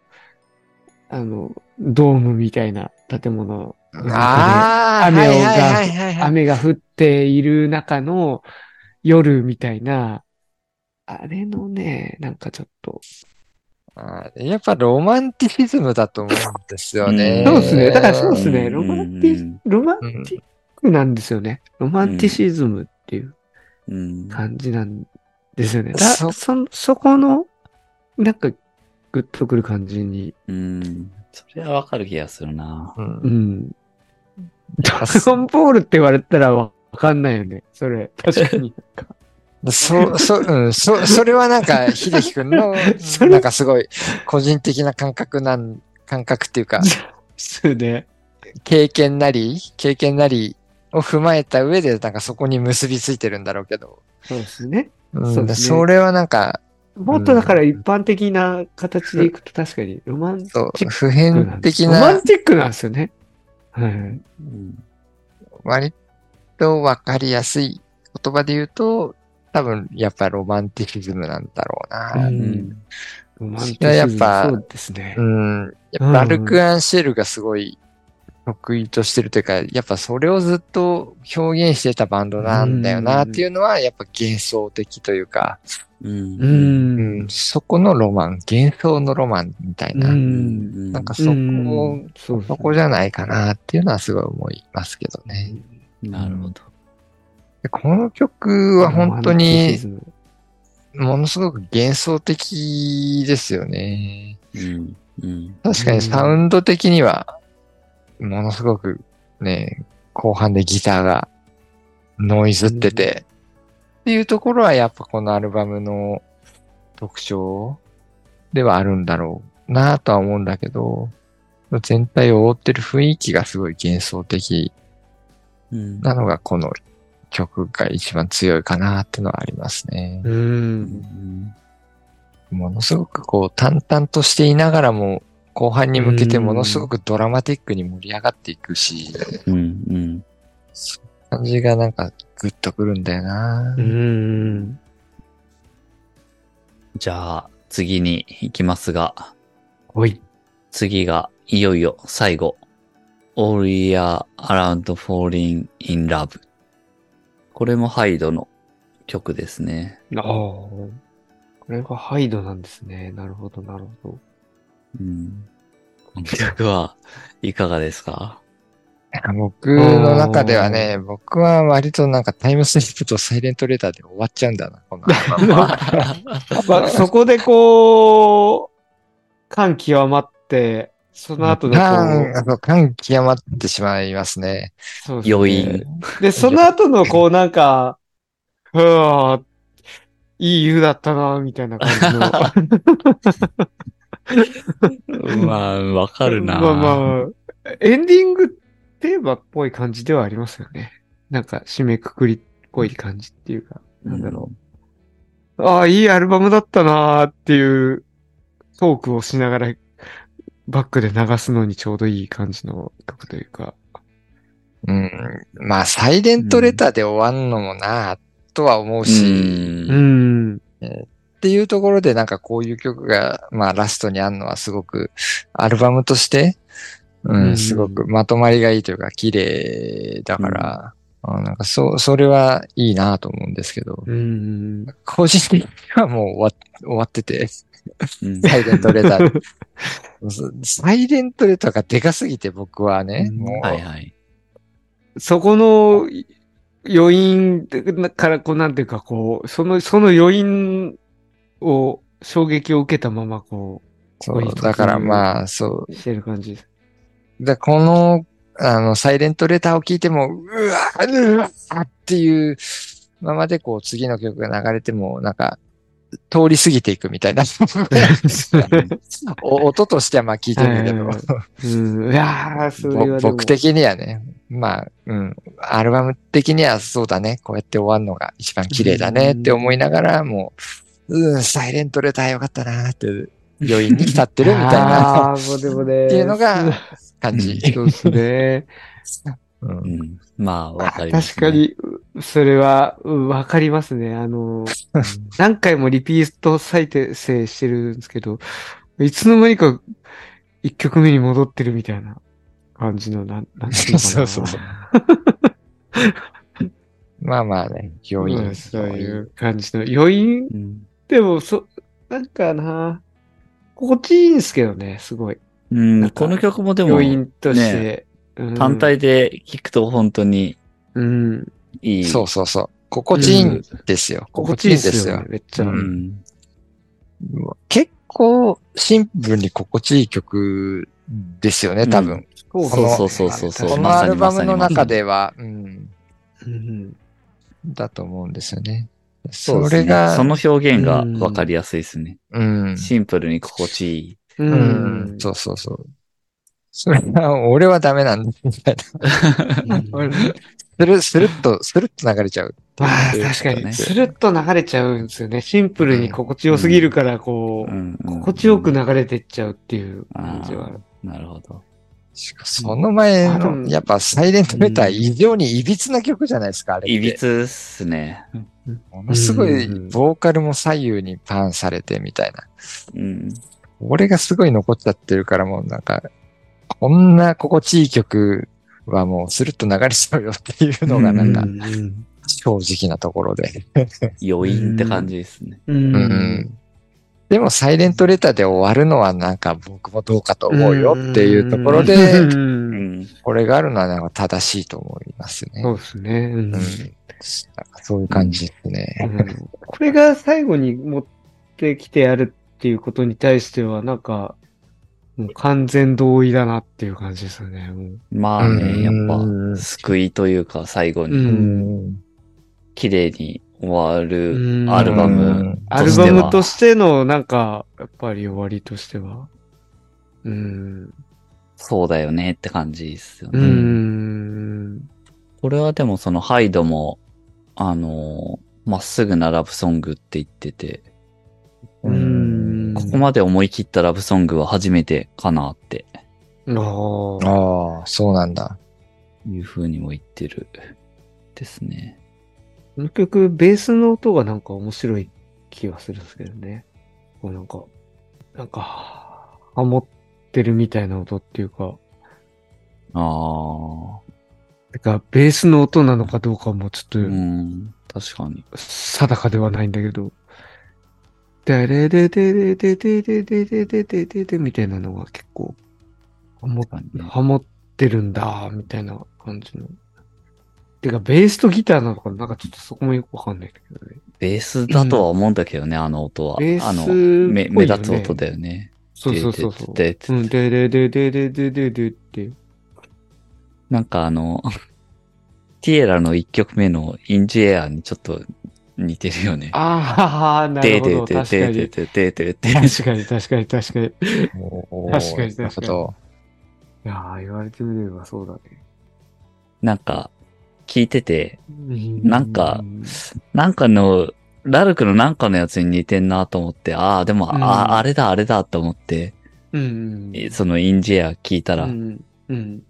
あの、ドームみたいな建物の中
ああ、
雨
はい
を
はいはいはい
で、
はい。
雨が降っている中の夜みたいな、あれのね、なんかちょっと、
あーやっぱロマンティシズムだと思うんですよね。
うん
そうですね。だからそううんですね。ロマンティ、ロマンティックなんですよね。ロマンティシズムっていう
うん。
感じなんですよね。だ
そ
そ、そこの、なんか、グッとくる感じに。
うん。それはわかる気がするな。
うん
う。ん。ド
あ
ラゴンボールって言われたらわかんないよね。それ。確かに。
そ、そ、うん、そ、それはなんか、秀樹くん の
そ、れ
なんかすごい、個人的な感覚なん、感覚っていうか、
そうね。
経験なり、経験なりを踏まえた上で、なんかそこに結びついてるんだろうけど、
そうですね。
うん、
そう
そ
ですね
れはなんか、
もっとだから一般的な形でいくと確かにロマンティ
そう
ッ、ク
普
なん
遍
です。
的
ロマ
な
ン、ティックなんですよね。はい。
うん。
割とわかりやすい言葉で言うと、多分、やっぱロマンティフィズムなんだろうな。
うん
ロマン
それはやっぱ
そうですね
う。ん。やっぱ、アルク・アンシェルがすごい得意としてるというか、やっぱそれをずっと表現してたバンドなんだよなっていうのは、やっぱ幻想的というか、
うん
う。。
うんん、そこのロマン、幻想のロマンみたいな、
う
うんん。
なんかそこ、
うんそうです
そ
ね
こじゃないかなっていうのはすごい思いますけどね。
なるほど。
でこの曲は本当
ロマンティ
に
シ、ズム
ものすごく幻想的ですよね。
うん。うん。
確かにサウンド的には、ものすごくね、後半でギターがノイズってて、っていうところはやっぱこのアルバムの特徴ではあるんだろうなとは思うんだけど、全体を覆ってる雰囲気がすごい幻想的
うん。
なのがこの曲が一番強いかなってのはありますね。
う。
うんん
ものすごくこう淡々としていながらも後半に向けてものすごくドラマティックに盛り上がっていくし、
うん。
感じがなんかグッとくるんだよな
う。ん。
じゃあ、次に行きますが、
おい。
次が、いよいよ最後。All Year Around Falling in Love。これもハイドの曲ですね。
ああ。これがハイドなんですね。なるほど、なるほど。
うん。この曲はいかがですか
なんか僕の中ではね、僕は割となんかタイムスリップとサイレントレーターで終わっちゃうんだな、この。
まあ、そこでこう、感極まって、 その後でこ
感、
う
あの感極まってしまいますね。
そうですね
余韻。
で、その後のこうなんか、うわぁ、いい湯だったなぁみたいな感 じの。
まあ、わかるな。
まあまあ、エンディングテーマっぽい感じではありますよね。なんか締めくくりっぽい感じっていうか、なんだろう。ああ、いいアルバムだったなーっていうトークをしながらバックで流すのにちょうどいい感じの曲というか。
うん。まあ、サイレントレターで終わんのもな、とは思う
う
し、
ん。
うーん。
っていうところでなんかこういう曲が、まあ、ラストにあんのはすごく、アルバムとして、う、
うんん
すごくまとまりがいいというか、綺麗だから、あなんかそ、それはいいなと思うんですけど、
うーん。
個人的にはもう終わ終わってて、
うん
サイレントレタ ー。サイレントレターがでかすぎて僕はね、
うん
もう、
はいはい。
そこの余韻からこうなんていうかこう、その、その余韻を衝撃を受けたままこ
そう
ここに突入
だからまあ、そう
してる感じです。
う。だこの、あの、サイレントレターを聞いても、うわうわっていう、ままでこう、次の曲が流れても、なんか、通り過ぎていくみたいな。 お音としてはまあ聞いてるけ ど、
はいうん、いやー、それは
ぼ
でも
僕的にはね、まあ、うん、アルバム的にはそうだね、こうやって終わるのが一番綺麗だねって思いながら、もう、うん、サイレントレターよかったなーって、余韻に浸ってるみたいな
ああ、ボデボデ。
っていうのが、感じ。
そうです ね。
うん
うんまあ、わかります、
確か。に、それは、うんわかりますね。あの、何回もリピート再生してるんですけど、いつの間にか、一曲目に戻ってるみたいな感じの、なん、なんていうのか な
そうそうそうまあまあね、
う
余韻。
んそういう感じの。余
う
韻
ん。
でも、そ、なんかな、心地いいんですけどね、すごい。
うん、この曲もでも
余、韻として。うん
単体で聴くと本当に
うん。
いい。
そうそうそう。心地いいんですよ。心
心地
地
い
い
い
い
で
んですす
よ
よ
ね。。めっちゃ。
う
うん
ん。
結構、シンプルに心地いい曲ですよね、多分。
そ
そ
う
う
そうそうそうそう
この
ま
ア
さ
ル
に
バ
まさ
ム
に
の中では、うん、
うん
だと思うんですよね。
そうで
そ
すね
れが、
その表現がわかりやすいですね。
うん、
シンプルに心地 いい。
う
うんん、。そうそうそう。それは、俺はダメなんだ、 みたい
うん
な。スル、スルッと、スルッと流れちゃう。
まあ、確かに、スルッと流れちゃうんですよね。シンプルに心地よすぎるから、こう、
ん
心地よく流れてっちゃうっていう感じはある。
なるほど。
しかその前
あで
の
も、
やっぱサイレントメター異常に歪な曲じゃないですか、あれって。
いびつっすね。
ものすごい、
うん
ボーカルも左右にパンされてみたいな。
うん。
俺がすごい残っちゃってるからもうなんか、こんな心地いい曲はもうスルッと流れちゃうよっていうのがなんか
う、
ん。
正直なところで。
余韻って感じですね。
う。
うんんでも、サイレントレターで終わるのはなんか僕もどうかと思うよっていうところ
う
で、
うんん。
これがあるのはなんか正しいと思いますね。
そうですね。うん
うんなんかそういう感じですね。
うんこれが最後に持ってきてやるっていうことに対しては、なんか、もう完全同意だなっていう感じですよね。もう
まあね、やっぱ、
うん
救いというか、最後
う
に、
ん
綺麗に終わ
うん
るアルバム
ア
と
ル
し
バ
て
ム
は。
としての、なんか、やっぱり終わりとしては。うーん。
そうだよねって感じですよ
う
ね。
ーん。
これはでもそのハイドも、あのー、まっすぐなラブソングって言ってて、
うーん。
ここまで思い切ったラブソングは初めてかなって
こああ。
ああ、そうなんだ。
いう風にも言ってるですね。
この曲、ベースの音がなんか面白い気がするんですけどね。こうなんか、なんか、ハモってるみたいな音っていうか、
ああ、
てか、ベースの音なのかどうかもちょっと、
うん、確かに。
定かではないんだけど、でれででででででででででででみたいなのが結構、ハモ
確かにね
ハモっってるんだ、みたいな感じの。てか、ベースとギターなのかななんかちょっとそこもよくわかんないんだけどね。
ベースだとは思うんだけどね、あの音は。
ベース
あ
っぽ
の、
いよね
め目立つ音だよね。
そうそうそうそう。
ででででで
うん、ででででででででって。
なんかあの、ティエラの一曲目のインジエアにちょっと似てるよね。
ああ、な
で
るほ
で
ど。
で
確か
で
に。
でででで
確かに、確かに、確かに。い
おー
確かに確かに
なるほど。
やー言われてみればそうだね。
なんか、聞いてて、
うん
なんか、なんかの、ラルクのなんかのやつに似てんなと思って、ああ、でも、
うん
ああれだ、あれだと思って、
うん。
えそのインジエア聞いたら、
うん。うん。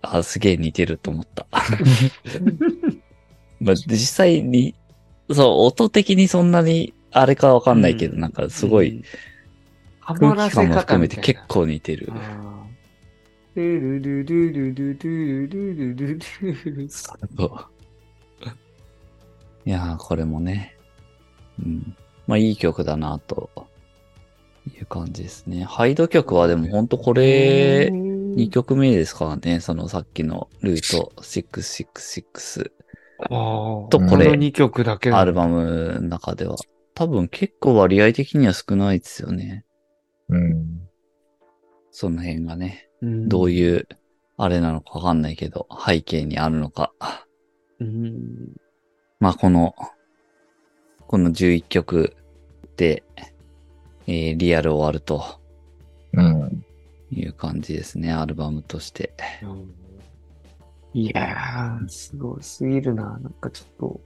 あすげえ似てると思 った。まあ、実際に、そう、音的にそんなに、あれかわかんないけど、
うん
なんかすごい、
うん。ハモ
空
ら
気
せ
感も
方
含め
み
て
たい
結
な。
構似てる。
あールルルルルルルルルルルルル
そういやー、これもね、うん。まあ、いい曲だな、という感じですね。ハイド曲はでもほんとこれ、2曲目ですからね、そのさっきのルート666
あ
と
と
こ
こ
れ
れ。この2曲だけ
ア
な
ル
の
バムの中では。多分結構割合的には少ないですよね。
うん。
その辺がね、
うん
どういうあれなのかわかんないけど、背景にあるのか。
うん。
まあ、この、この11曲で、えーリアル終わると
うん。
いう感じですね、アルバムとして。
いやー、すごいすぎるな。なんかちょっと、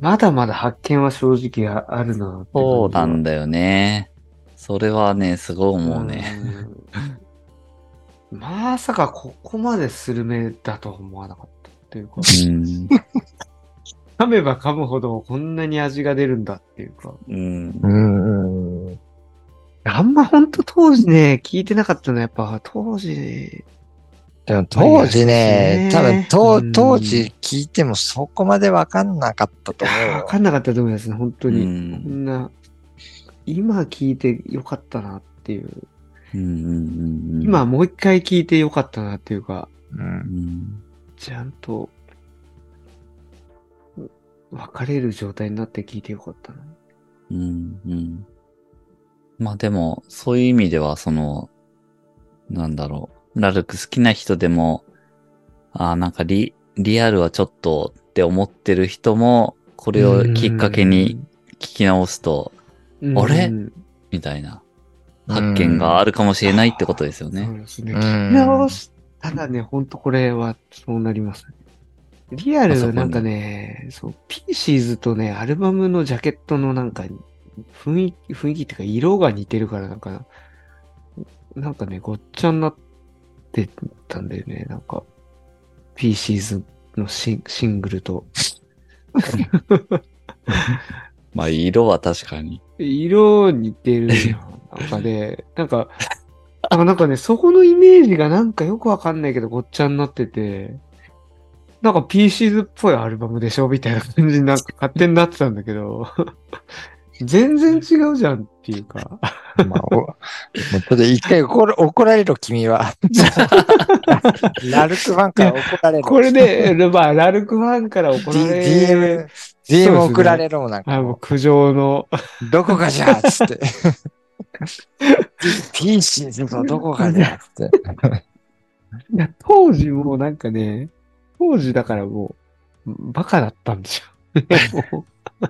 まだまだ発見は正直あるなって感じは。
そうなんだよね。それはね、すごい思うね。
うん。まさかここまでする目だとは思わなかった。というか、
うん。
噛めば噛むほどこんなに味が出るんだっていうか。
うん
う。ん。うん
あんまほんと当時ね、聞いてなかったのはやっぱ当時、
でも当時ね、多
まあ
分当
うん
当時聞いてもそこまでわかんなかったと思う
わ
よ。
かんなかったと思いますね、本当
う
に。こ
ん。
んな、今聞いてよかったなっていう。
うんうん。
今もう一回聞いてよかったなっていうか、
うん
うん。
ちゃんと、う分かれる状態になって聞いてよかったな。
うん。うん。まあでも、そういう意味では、その、なんだろう。ラルク好きな人でも、ああ、なんかリ、リアルはちょっとって思ってる人も、これをきっかけに聞き直すと、
うん、
あれ
うん
みたいな発見があるかもしれないってことですよ
そう
ね。
ですね。
うん
聞き直しただね、ほんとこれはそうなりますね。リアルはなんかね、そう、ピーシーズとね、アルバムのジャケットのなんか、雰囲気、雰囲気っていうか、色が似てるから、なんか、なんかね、ごっちゃになってたんだよね、なんか、ピーシーズのシンシングルと。
まあ、色は確かに。
色似てるじゃん。なんか ね、なんか、あなんかね、そこのイメージがなんかよくわかんないけど、ごっちゃになってて、なんか PCs っぽいアルバムでしょみたいな感じになんか勝手になってたんだけど、全然違うじゃんってい うか。
まあ、おもうちょっと一回怒る怒られろ、君 は。ラルクファンから怒られろ。
これで、まあ、ラルクファンから怒
D-
られ
DM、DM 送られろもなん
あ
か
もう
も
苦情の、
う、どこかじゃっつって。 ピンシーズのどこかじゃっつって。
いや当時もうなんかね、当時だからもう、バカだったんでしょ。 もう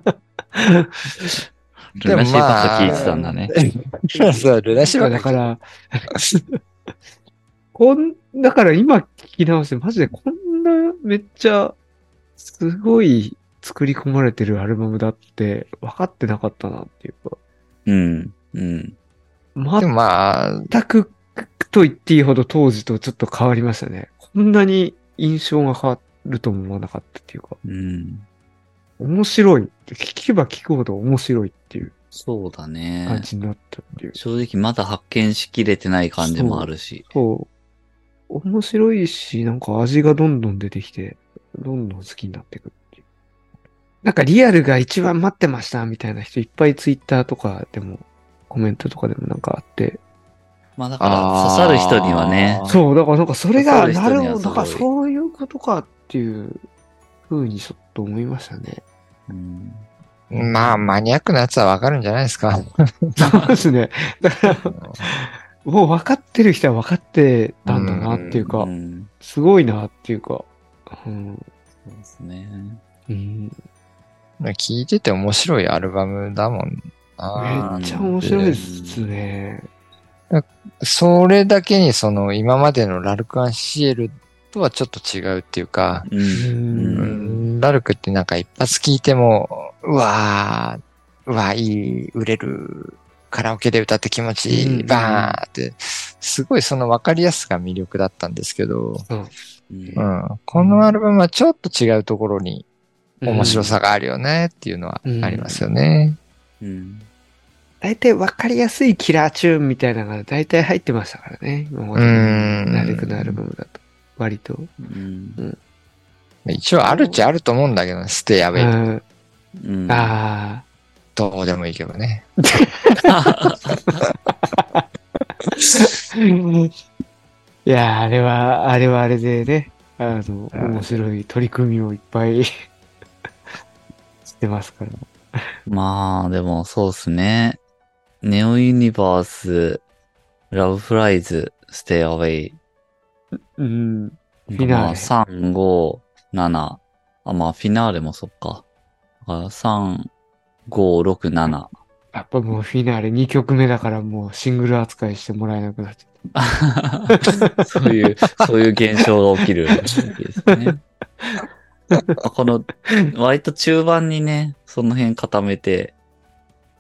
ルナシーバット聞いてたんだね。
そう、ルナシバ
だから、 こん、だから今聞き直して、マジでこんなめっちゃ、すごい作り込まれてるアルバムだって分かってなかったなっていうか、
うん。うん。
でもまあ、
全くと言っていいほど当時とちょっと変わりましたね。こんなに印象が変わるとも思わなかったっていうか、
うん。
面白いって、聞けば聞くほど面白いっていう
そうだ
感
ね。
じになったっていう。
正直まだ発見しきれてない感じもあるし。
そう。面白いし、なんか味がどんどん出てきて、どんどん好きになってくっていう。なんかリアルが一番待ってましたみたいな人いっぱいツイッターとかでも、コメントとかでもなんかあって、
まあだから刺さる人にはね
あ、
そう、だからなんかそれが、
刺さ
な
る
る
人には
ほど、だから
すごい
そういうことかっていうふうにちょっと思いましたね。
うん
まあ、マニアックなやつはわかるんじゃないですか。
そうですね。だから、もう分かってる人は分かってたんだなっていうか、
うん
すごいなっていうか、うん。
そうですね。
うん
聞いてて面白いアルバムだもんな。
ー
めっちゃ面白いですね。
それだけにその今までのラルク・アンシエルとはちょっと違うっていうか、
うん
うん
うんラルクってなんか一発聞いても、うわー、うわー、いい、売れる、カラオケで歌って気持ちいい、
うん
バーって、すごいその分かりやすさが魅力だったんですけど、
うん
うん、このアルバムはちょっと違うところに面白さがあるよねっていうのはありますよね。
うん
大体分かりやすいキラーチューンみたいなのが大体入ってましたからね。今まで
うん
なるくのアルバムだと。割と。
うん
一応あるっちゃあると思うんだけどね、ステイアウ
う
ェイとか
ん。
うん
ああ。
どうでもいいけどね。
いや、あれは、あれはあれでね、あの、
うん
面白い取り組みをいっぱい してますから。
まあ、でもそうですね。ネオユニバース、ラブフライズ、ステイアウェイ。
うん。フィ
ま
ナ
あ、
ーレ。
3、5、7。あ、まあ、フィナーレもそっか。だから3、5、6、7。
やっぱもうフィナーレ2曲目だからもうシングル扱いしてもらえなくなっちゃっ
そういう、そういう現象が起きるわけですね。この、割と中盤にね、その辺固めて、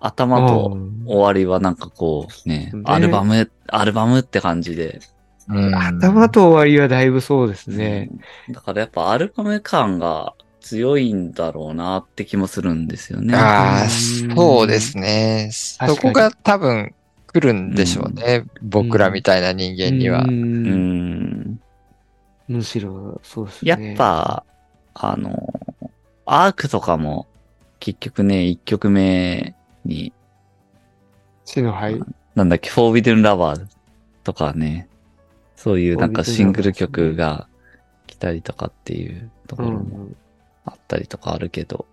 た。
頭と
うん
終わりはなんかこうね、
ね
アルバム、アルバムって感じで。
うん
頭と終わりはだいぶそうですね。
だからやっぱアルバム感が強いんだろうなって気もするんですよね。
ああ、
うん
そうですね。そ
確か
こ
に
が多分来るんでしょうね。僕らみたいな人間には。
う
うんん。
むしろそうですね。
やっ、ぱ、あの、アークとかも結局ね、1曲目に、
死の灰。
なんだっけ、フォービデンラバーとかね、そういうなんかシングル曲が来たりとかっていうとこ
う
ろも
ん。
あったりとかあるけど。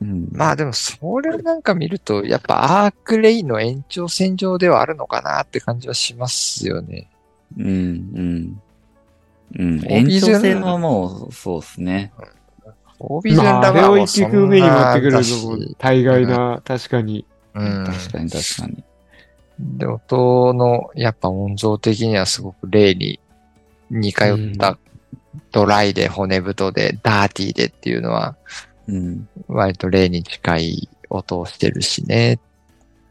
うん。
まあでもそれをなんか見ると、やっぱアークレイの延長線上ではあるのかなって感じはしますよね。
うん、うん。うん、
オ
延
ビジュ
長戦はもう、そうですね。
オービジ
ま
ョン
あ、あ
ラ
れ
バー
を
も
一
そん
曲目に持っ
な
てくる
だ
のも
し、
大概な、確かに。
うん。
確かに確かに。
で、音のやっぱ音像的にはすごく例に似通ったドライで骨太でダーティーでっていうのは、
うん。
割と例に近い音をしてるしね、っ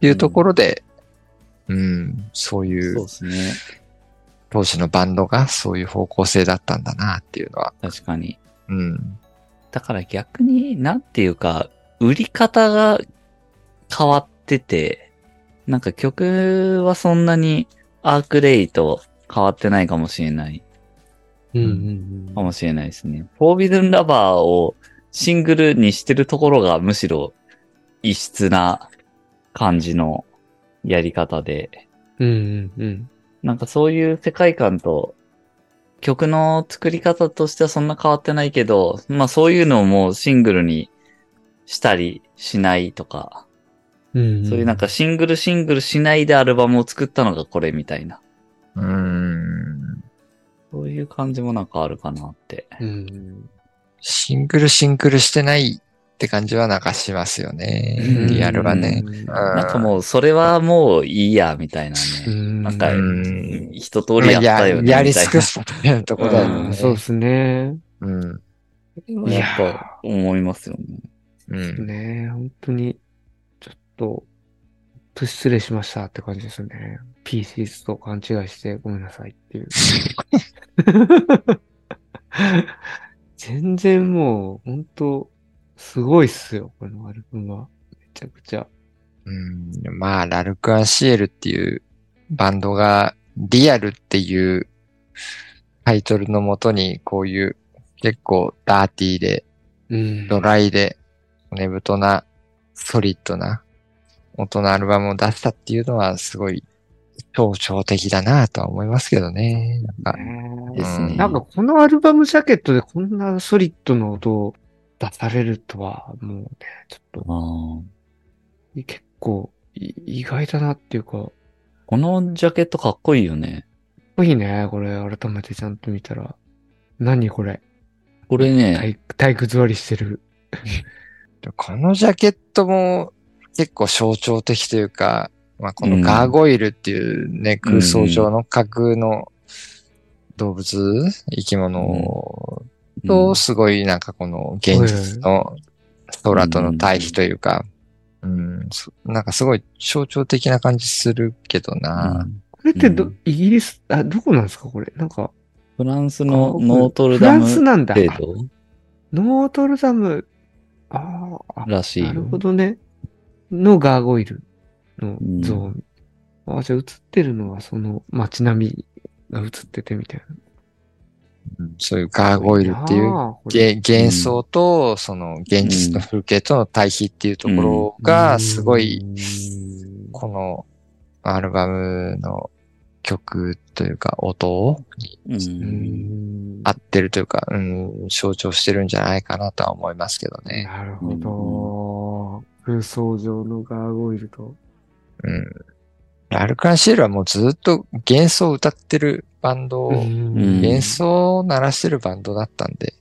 ていうところで、うん、そうい
そう
う
ですね。
当時のバンドがそういう方向性だったんだなっていうのは、
確かに。
うん。
だから逆になんていうか、売り方が変わってて、なんか曲はそんなにアークレイと変わってないかもしれない。
うん
か
ん
もしれないですね。フォービドンラバーをシングルにしてるところがむしろ異質な感じのやり方で、
うん。うんうんうん。
なんかそういう世界観と、曲の作り方としてはそんな変わってないけど、まあそういうのをもうシングルにしたりしないとか、
うん
そういうなんかシングルシングルしないでアルバムを作ったのがこれみたいな、
うん
そういう感じもなんかあるかなって。
うん。
シングルシングルしてないって感じはなんかしますよね。
うん
リアルはね。
うん
なんかもうそれはもういいや、みたいな
う
ね。
ん。
なんか
うん、
一通りやったよねみたいな。
ややり尽くすみたいなところだよ
う
ね。
んそうですね。
うん。
やっぱ思いますよね。
うん。
ね本当に、ちょっと、ほんと失礼しましたって感じですね。PCs と勘違いしてごめんなさいっていう。 全然もう、本当すごいっすよ、このアルバムは。めちゃくちゃ。
うんまあ、ラルク・アンシエルっていうバンドが、リアルっていうタイトルのもとに、こういう結構ダーティーで、
うん。
ドライで、骨太な、ソリッドな、音のアルバムを出したっていうのは、すごい象徴的だなとは思いますけどね。なんか
ですね。
なんかこのアルバムジャケットでこんなソリッドの音を出されるとは、もうね、ちょっ
あー
と結構い意外だなっていうか、かっ
このジャケットかっこいいよね。
こいいね、これ改めてちゃんと見たら。何これ
これね、
体体育座りしてる。
このジャケットも結構象徴的というか、まあ、このガーゴイルっていうね、
うん
空想上の架空の動物、生き物
う
と、
ん
すごいなんかこの現実の空との対比というか、うん、そなんかすごい象徴的な感じするけどな。
これってど、
うん
イギリス、あ、どこなんですかこれ。なんか、
フランスの
あ
ノートル
フラ
ダ
ンス
ム
なんだ。
デ
あ
ート
ノートルダム、あーあ、
らしい
なる
よ
ほ。どね。のガーゴイルの
うん
ゾーン。あじゃあ映ってるのはその街並みが映っててみたいな。
うんそういうガーゴイルっていう
あーこれ
げ幻想とその現実の風景との対比っていうところがすごい、
うーん
このアルバムの曲というか音
う。
に
うんーん
合ってるというか、うん、象徴してるんじゃないかなとは思いますけどね。
なるほど。空想上のガーゴイルと。
うん。ラルカンシエルはもうずっと幻想を歌ってるバンド、
うん
幻想を鳴らしてるバンドだったんで、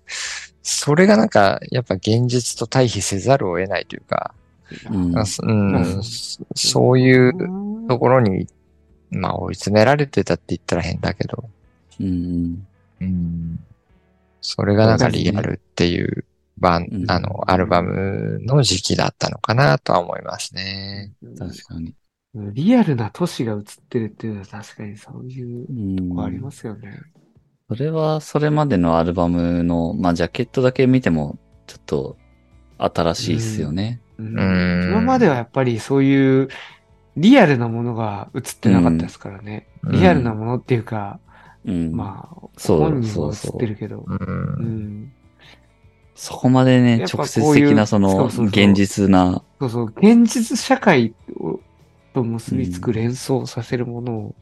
それがなんかやっぱ現実と対比せざるを得ないというか、
うん
あそうん
うん
そそういうところに、まあ追い詰められてたって言ったら変だけど、
うん。
うんそれがなんかリアルっていうバン、
うん
あの、アルバムの時期だったのかなとは思いますね。
確かに。
リアルな都市が映ってるっていうのは確かにそういう
う
とこあり
ん
ま。すよね。
それは、それまでのアルバムの、まあ、ジャケットだけ見ても、ちょっと、新しいっすよね。
うん
ん
今まではやっぱりそういうリアルなものが映ってなかったですからね。
うん
リアルなものっていうか、
うん。
まあ、
そう
本人
そ
も
うそう
映ってるけど。
う。
うんん
そこまでね
やっ、ぱこう
直
いう
接的な、そ
そう
の、
そうそう
現実な、
そうそう、現実社会をと結びつく連想させるものを。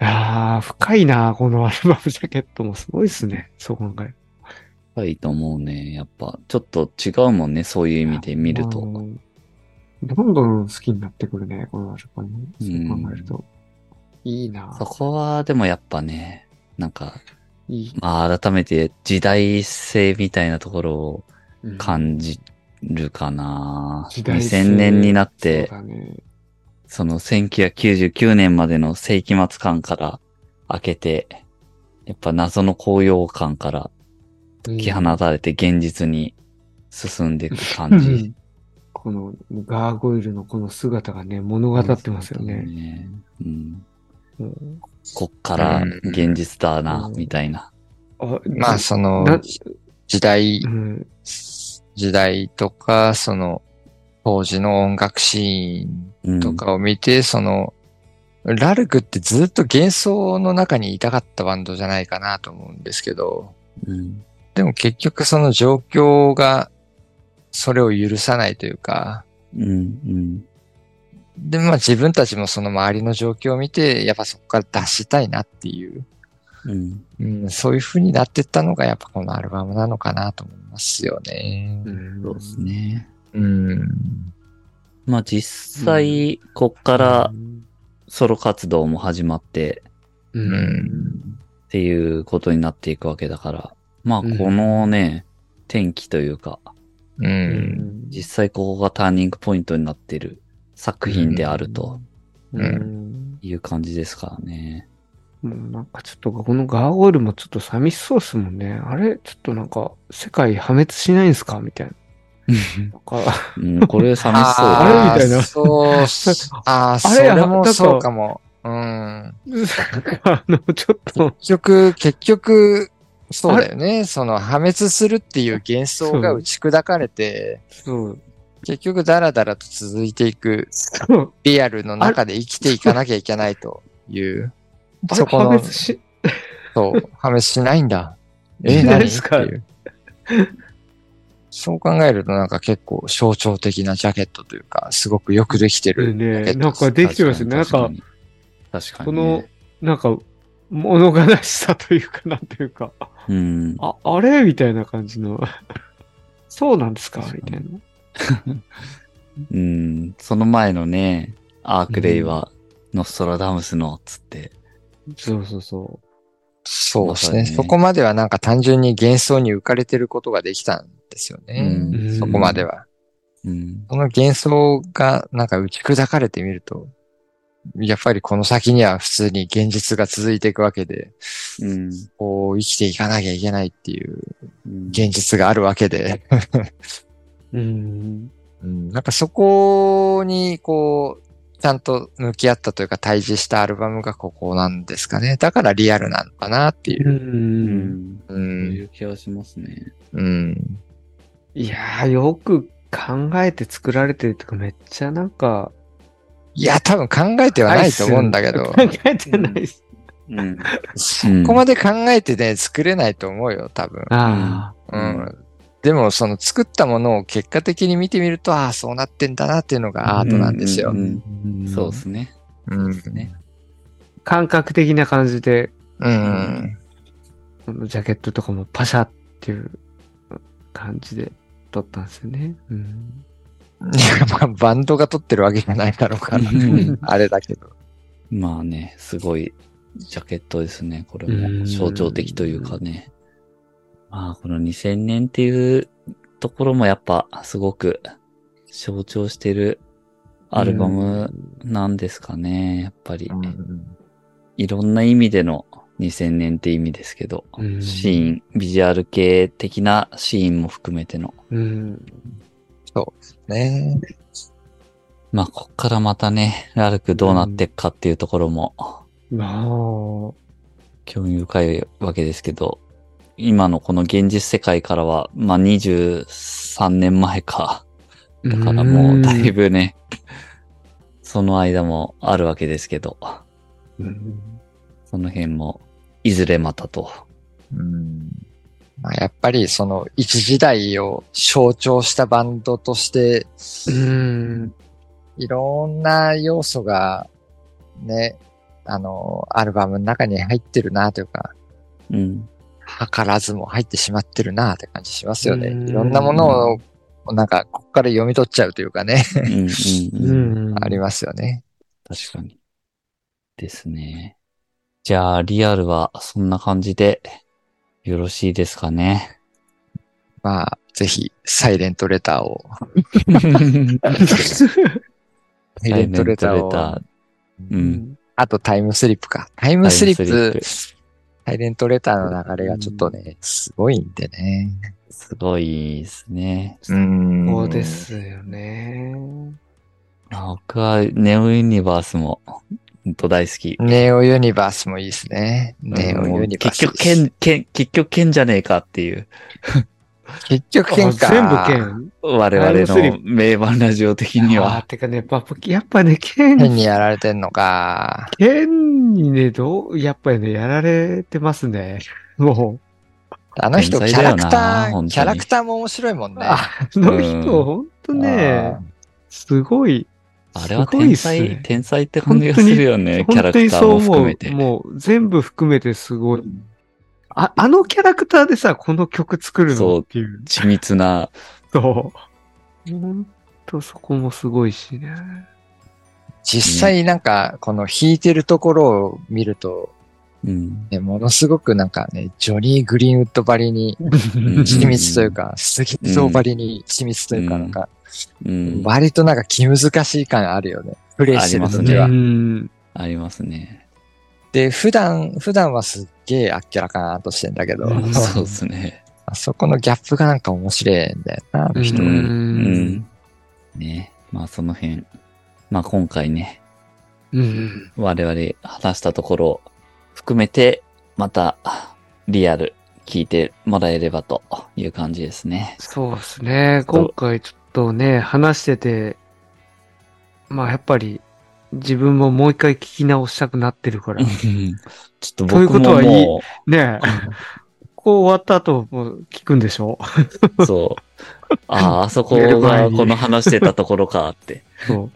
ああ、深いな、このアルバムジャケットもすごいですね。そう考える
はいと思うね。やっぱ、ちょっと違うもんね、そういう意味で見る
う
と。
んどんどん好きになってくるね、このアルバム。そう考えると。いいな
そ。こは、でもやっぱね、なんか、
いい
まあ、改めて時代性みたいなところを
うん
感じるかな。
時代性
2000年になって
そ、うだね。
その1999年までの世紀末感から明けて、やっぱ謎の高揚感から
解
引き放たれて現実に進んでいく感じ。
このガーゴイルのこの姿がね、物語ってますよね。
ね。うん。
うん
こっから現実だな
う、ん
みたいな。
あ
まあ、その、
な
時代
う、ん、
時代とか、その、当時の音楽シ
う
ー
ん
ンと。かを見て、その、ラルクってずっと幻想の中にいたかったバンドじゃないかなと思うんですけど、
うん。
でも結局その状況がそれを許さないというか、
うん。うん。
で、まあ自分たちもその周りの状況を見て、やっぱそこから脱したいなっていう、
うん。
うん、そういう風になってったのがやっぱこのアルバムなのかなと思いますよね。
うん
そうですね。
うん。
まあ実際、こっからソロ活動も始まって
う。
うんん。
っていうことになっていくわけだから、まあ
うん
このね、転機というか、
う。
うんん
実際ここがターニングポイントになってる作品であると
う
うん
ん
いう感じですからね。
もうなんかちょっと、このガーゴイルもちょっと寂しそうですもんね。あれちょっとなんか、世界破滅しないんすかみたいな。なんか、
うん、これ寂しそうだ。
あ
あ
ー
れみたいな
そうっす。ああ、
あ
そ
れ
れも
なんか
そうかも。うん。
あの、ちょっ と、
結局、結局、そうだよね。その破滅するっていう幻想が打ち砕かれて、
そう、
結局ダラダラと続いていく
そう、
リアルの中で生きていかなきゃいけないという、
あれ
そこ
破
の
滅し、
そう、破滅しないんだ。
し
え、
ない
何
ですか
っていうそう考えるとなんか結構象徴的なジャケットというか、すごくよくできてる。ジ
ね、
ャケット
なんかできてますね。なん
確
か
に、確か
こ
に、
の
ね。、
なんか、物悲しさというか、なんというか、
うん。
あ、あれみたいな感じ の、そうなんですか
確
み
か
たい
に
な。
うん。その前のね、アークレイは、ノストラダムスの、つって。
そうそうそ
そうです
ま
ね。
さにね
そこまではなんか単純に幻想に浮かれてることができたんですよ
う
ね。
ん。
そ
そ
こまでは。
うん。
その幻想がなんか打ち砕かれてみると、やっぱりこの先には普通に現実が続いていくわけで、
うん。
こう生きていかなきゃいけないっていう
うん
現実があるわけで、
う。うん。。
うん、なんかそこにこう、ちゃんと向き合ったというか対峙したアルバムがここなんですかね。だからリアルなのかなっていうう。
うんん。
う。
そうんいう気はしますね。
うん。
いやー、よく考えて作られてるとか、めっちゃなんか、
いや、多分考えてはないと思うんだけど
考。えてないっす。
うん。
そこまで考えてね、作れないと思うよ、多分。
あ
う。
うん
でも、その作ったものを結果的に見てみると、ああ、そうなってんだなっていうのがアートなんですよ
う
あ。
ん
ん
そうですね。
うん。
ね。
感覚的な感じで、
うん。
そのジャケットとかもパシャっていう感じで撮ったんですよね。うん。
いや、 まあ、バンドが撮ってるわけじゃないだろうから
うん、
あれだけど。
まあね、すごいジャケットですね。これ
うん
も象徴的というかね。まあ、この2000年っていうところもやっぱすごく象徴してるアルバムなんですかね。やっぱり、いろんな意味での2000年って意味ですけど、
うん
シーン、ビジュアル系的なシーンも含めての。
うん。
ね
まあ、こっからまたね、ラルクどうなってっかっていうところも、
まあ、
興味深いわけですけど、今のこの現実世界からは、まあ23年前か。だからもうだいぶね、その間もあるわけですけど、
うん。
その辺も、いずれまたと。
うん。まあ、やっぱり、その、一時代を象徴したバンドとして、
うん。
いろんな要素が、ね、あの、アルバムの中に入ってるなというか、
うん。
図らずも入ってしまってるなって感じしますよね
う。ん
いろんなものを、なんか、こっから読み取っちゃうというかね、
うんうん、
う
うん。
ん。
ありますよね。
確かに。ですね。じゃあ、リアルはそんな感じで、よろしいですか ね。
まあ、ぜひ、サイレントレターを、サイレントレターを、
う。
うんん。
あとタイムスリップか。タイムスリッ
タイム
プ、サイレントレターの流れがちょっとね、すごいんでね。
すごいですね。
うん
そうで。すよね。
まあ僕はネオユニバースも本当大好き。
ネオユニバースもいいですね。ネオユニバース。
結局、剣、剣、結局剣じゃねえかっていう、
結局剣か。
あ全部剣
我
タイムスリ
々
ッ
の名盤ラジオ的に
あー
は。
てかね、やっぱ、やっぱね、剣、
変にやられてんのか。
剣にね、どう、やっぱりね、やられてますね。 も
あの人、
天
キ
才だ
ャラ
よ
ク
な
タ
本当
ー、
に
キャラクターも面白いもん
う、
ね。
あの
う
人、
ん
ほんとね、すごい。
あれは
すごいっ
天
すね
才、天才って感じがするよね。キャ
本
ラ
当
ク
に
タ
そ
ーも
う思
含
う
めて。。
もう、全部含めてすごい。あ、あのキャラクターでさ、この曲作る
そ
の
う
っていう
緻密な、
と、ほんとそこもすごいしね。
実際なんか、この弾いてるところを見ると、
うん。
ね、ものすごくなんかね、ジョニー・グリーンウッドばりに、
ん
緻密というか、杉蔵ばりに緻密というか、
うん
なんか、
うん。
割となんか気難しい感あるよね。プレイしてる
あります
時
ね
は
う。ん。
ありますね。
で、普段、普段はすっげえあっけらかんとしてんだけど、
うん
そうですね。
あそこのギャップがなんか面白いんだよな、あの人
う。
うんん
うんね。まあその辺。まあ今回ね、
うん。
我々話したところを含めて、またリアル聞いてもらえればという感じですね。
そうですね。
ちょっ
今
と
回ちょっとね、話してて、まあやっぱり自分ももう一回聞き直したくなって るから。
ちょっと
という
僕
こと
も
はいい
も
ねえ。こう終わった後も聞くんでしょ
う、そう、ああ、あそこ
寝る前
が
に
この話してたところかって。
そう。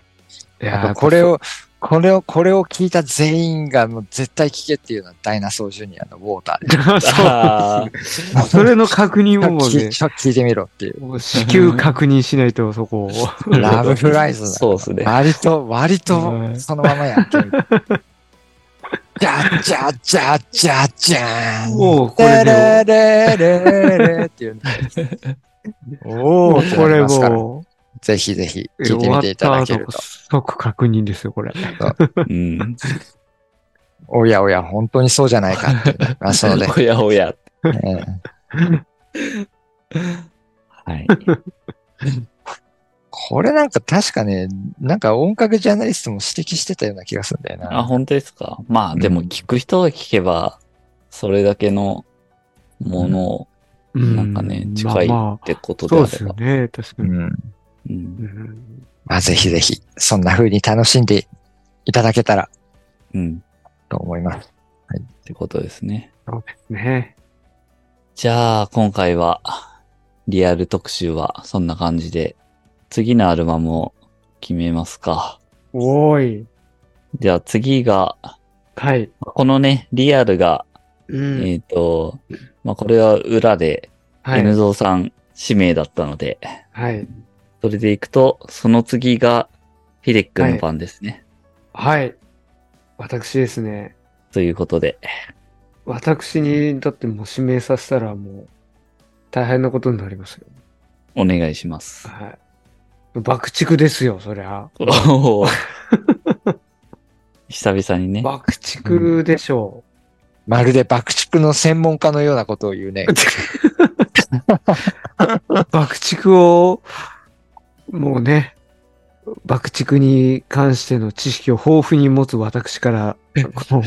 い
やっぱ
ー
これ。を、これを、これを聞いた全員がもう絶対聞けっていうのはダイナソージュニアのウォーターで
そ
あー
う。それの確認を もう
聞
ね
い、聞いてみろっていう。
もう至急確認しないと、そこを。
ラブフライズだから
そうですね
割 と、割
う
と、
ん
そのままやってみる。 じゃっじゃっじゃっじゃっじゃーん。
おうこ
れ
れでも
れれれれっていうね おーって
こ
なり
れ
ますから
も
ぜひぜひ
う、
聞いてみていただけると
終わった後。即確認ですよ、これ。
うん。。
おやおや、本当にそうじゃないかってなります ので
おやおや。
ええ
はい。
これなんか確かね、なんか音楽ジャーナリストも指摘してたような気がするんだよ
あ、
な。
本当ですか。まあ、でも聞く人が聞けば、それだけのものを
う
なんかね、近い
まあま
っ
あ
てことで
そう
あ
です
れ
よ
ば。
ね、確か
う
に。
ん。
うん
うん
まあぜひぜひ、そんな風に楽しんでいただけたら
うん。
と思います。
ってことですね。
そうですね。
じゃあ、今回は、リアル特集はそんな感じで、次のアルバムを決めますか。
おーい。
じゃあ次が、
はい。
このね、リアルが、
うん
えっ、と、まあ、これは裏で、
は
N
い。
ゾウさん指名だったので、
はい。
それでいくと、その次が、フィデックの番ですね。
はい。私ですね。
ということで。
私に、だってもう指名させたらもう、大変なことになりますよ。
お願いし ます。
はい。爆竹ですよ、そりゃ。
おー 久々にね。
爆竹でしょ
まるで爆竹の専門家のようなことを言う ね。
う。爆竹を、もうね、爆竹に関しての知識を豊富に持つ私から、この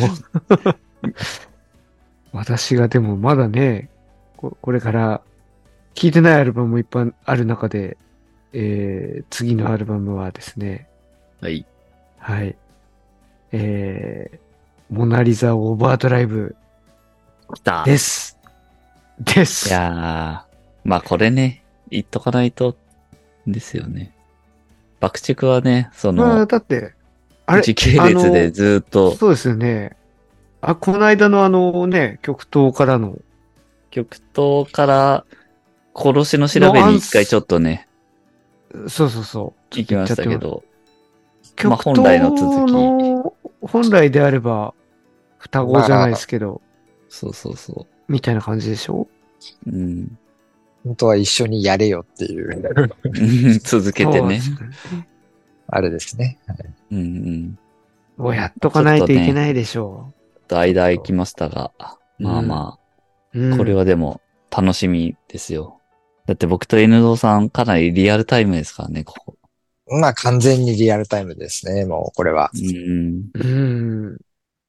私がでもまだね、ここれから聴いてないアルバムもいっぱいある中で、えー次のアルバムはですね、
はい。
はい。えー、モナリザオーバードライブ
来た。
で
い
す。です。
やー、まあこれね、言っとかないと、ですよね。爆竹はね、そ
まあ、
の、
だって、あれ、
時系列
あ
で
の
ずーっと、
そうですよね。あ、この間のあのね、極東からの、
極東から、殺しの調べに一回ちょっとね、
そうそうそう。
行きましたけ
ちょっ
ど、
と
まあ
行っちゃ
本
って
来の
ます。
続き
極東の本来であれば、双子じゃないですけど、
そうそうそ
みたいな感じでしょ
う。うん。
本当は一緒にやれよっていう、
続けてね。
そうですね
あれですね。
うんうん。
もうやっとかないといけないでしょ
間空きましたが、まあま
う。
あ、
うん
これはでも楽しみですよ。だって僕と N 堂さんかなりリアルタイムですからね、ここ。
まあ完全にリアルタイムですね、もうこれは。
うん。
うん。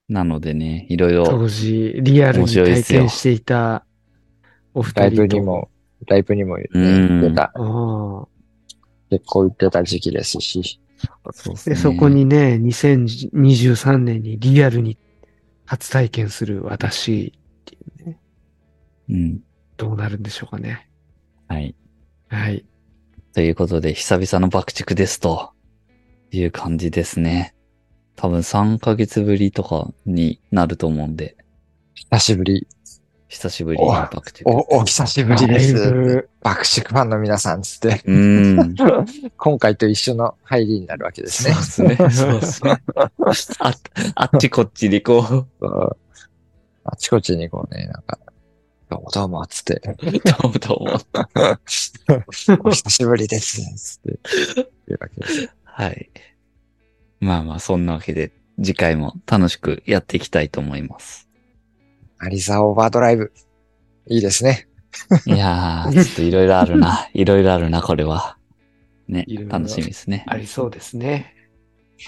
なのでね、いろいろ
当時、リアルに体験していたお
ラ
二
イブ
人と。
にも、ライブにもね
うん
出た、
ああ。
結構言ってた時期ですし。
そうっす
で、
ね
そこにね、2023年にリアルに初体験する私っていうね、
うん。
どうなるんでしょうかね。
はい。
はい。
ということで、久々の爆竹ですと、いう感じですね。多分3ヶ月ぶりとかになると思うんで、
久しぶり。
久しぶりの爆竹。
お、お久しぶりで
だい
す。
ぶ
爆竹ファンの皆さんつって、
うん。
今回と一緒の入りになるわけです
そう
ね
で。すね。そうですね。あ、あっちこっちでこう。
そうあちこちにこうね、なんか、どうもどうもっつ って、
どうもどうも。
お久しぶりです。つって、いうわけですよ。
はい。まあまあ、そんなわけで、次回も楽しくやっていきたいと思います。
アリザオーバードライブ。いいですね。
いやー、ちょっといろいろあるな。いろいろあるな、これは。ね
いろい、ろ
楽しみですね。
ありそうですね。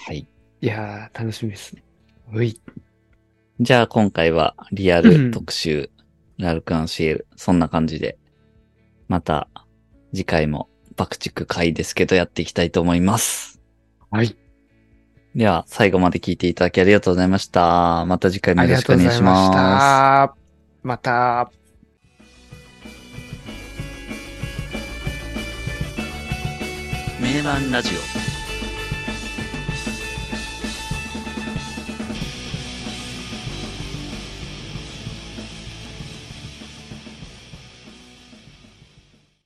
はい。
いやー、楽しみですね。うい。
じゃあ、今回はリアル特集、ラルクアンシエル、そんな感じで、また次回も爆竹会ですけどやっていきたいと思います。
はい。
では、最後まで聞いていただきありがとうございました。また次回も
あ
よ
り
ろ
が
しく
と
お
うご
願い
ざい
し
ま
ます。
した。また。
名盤ラジオ。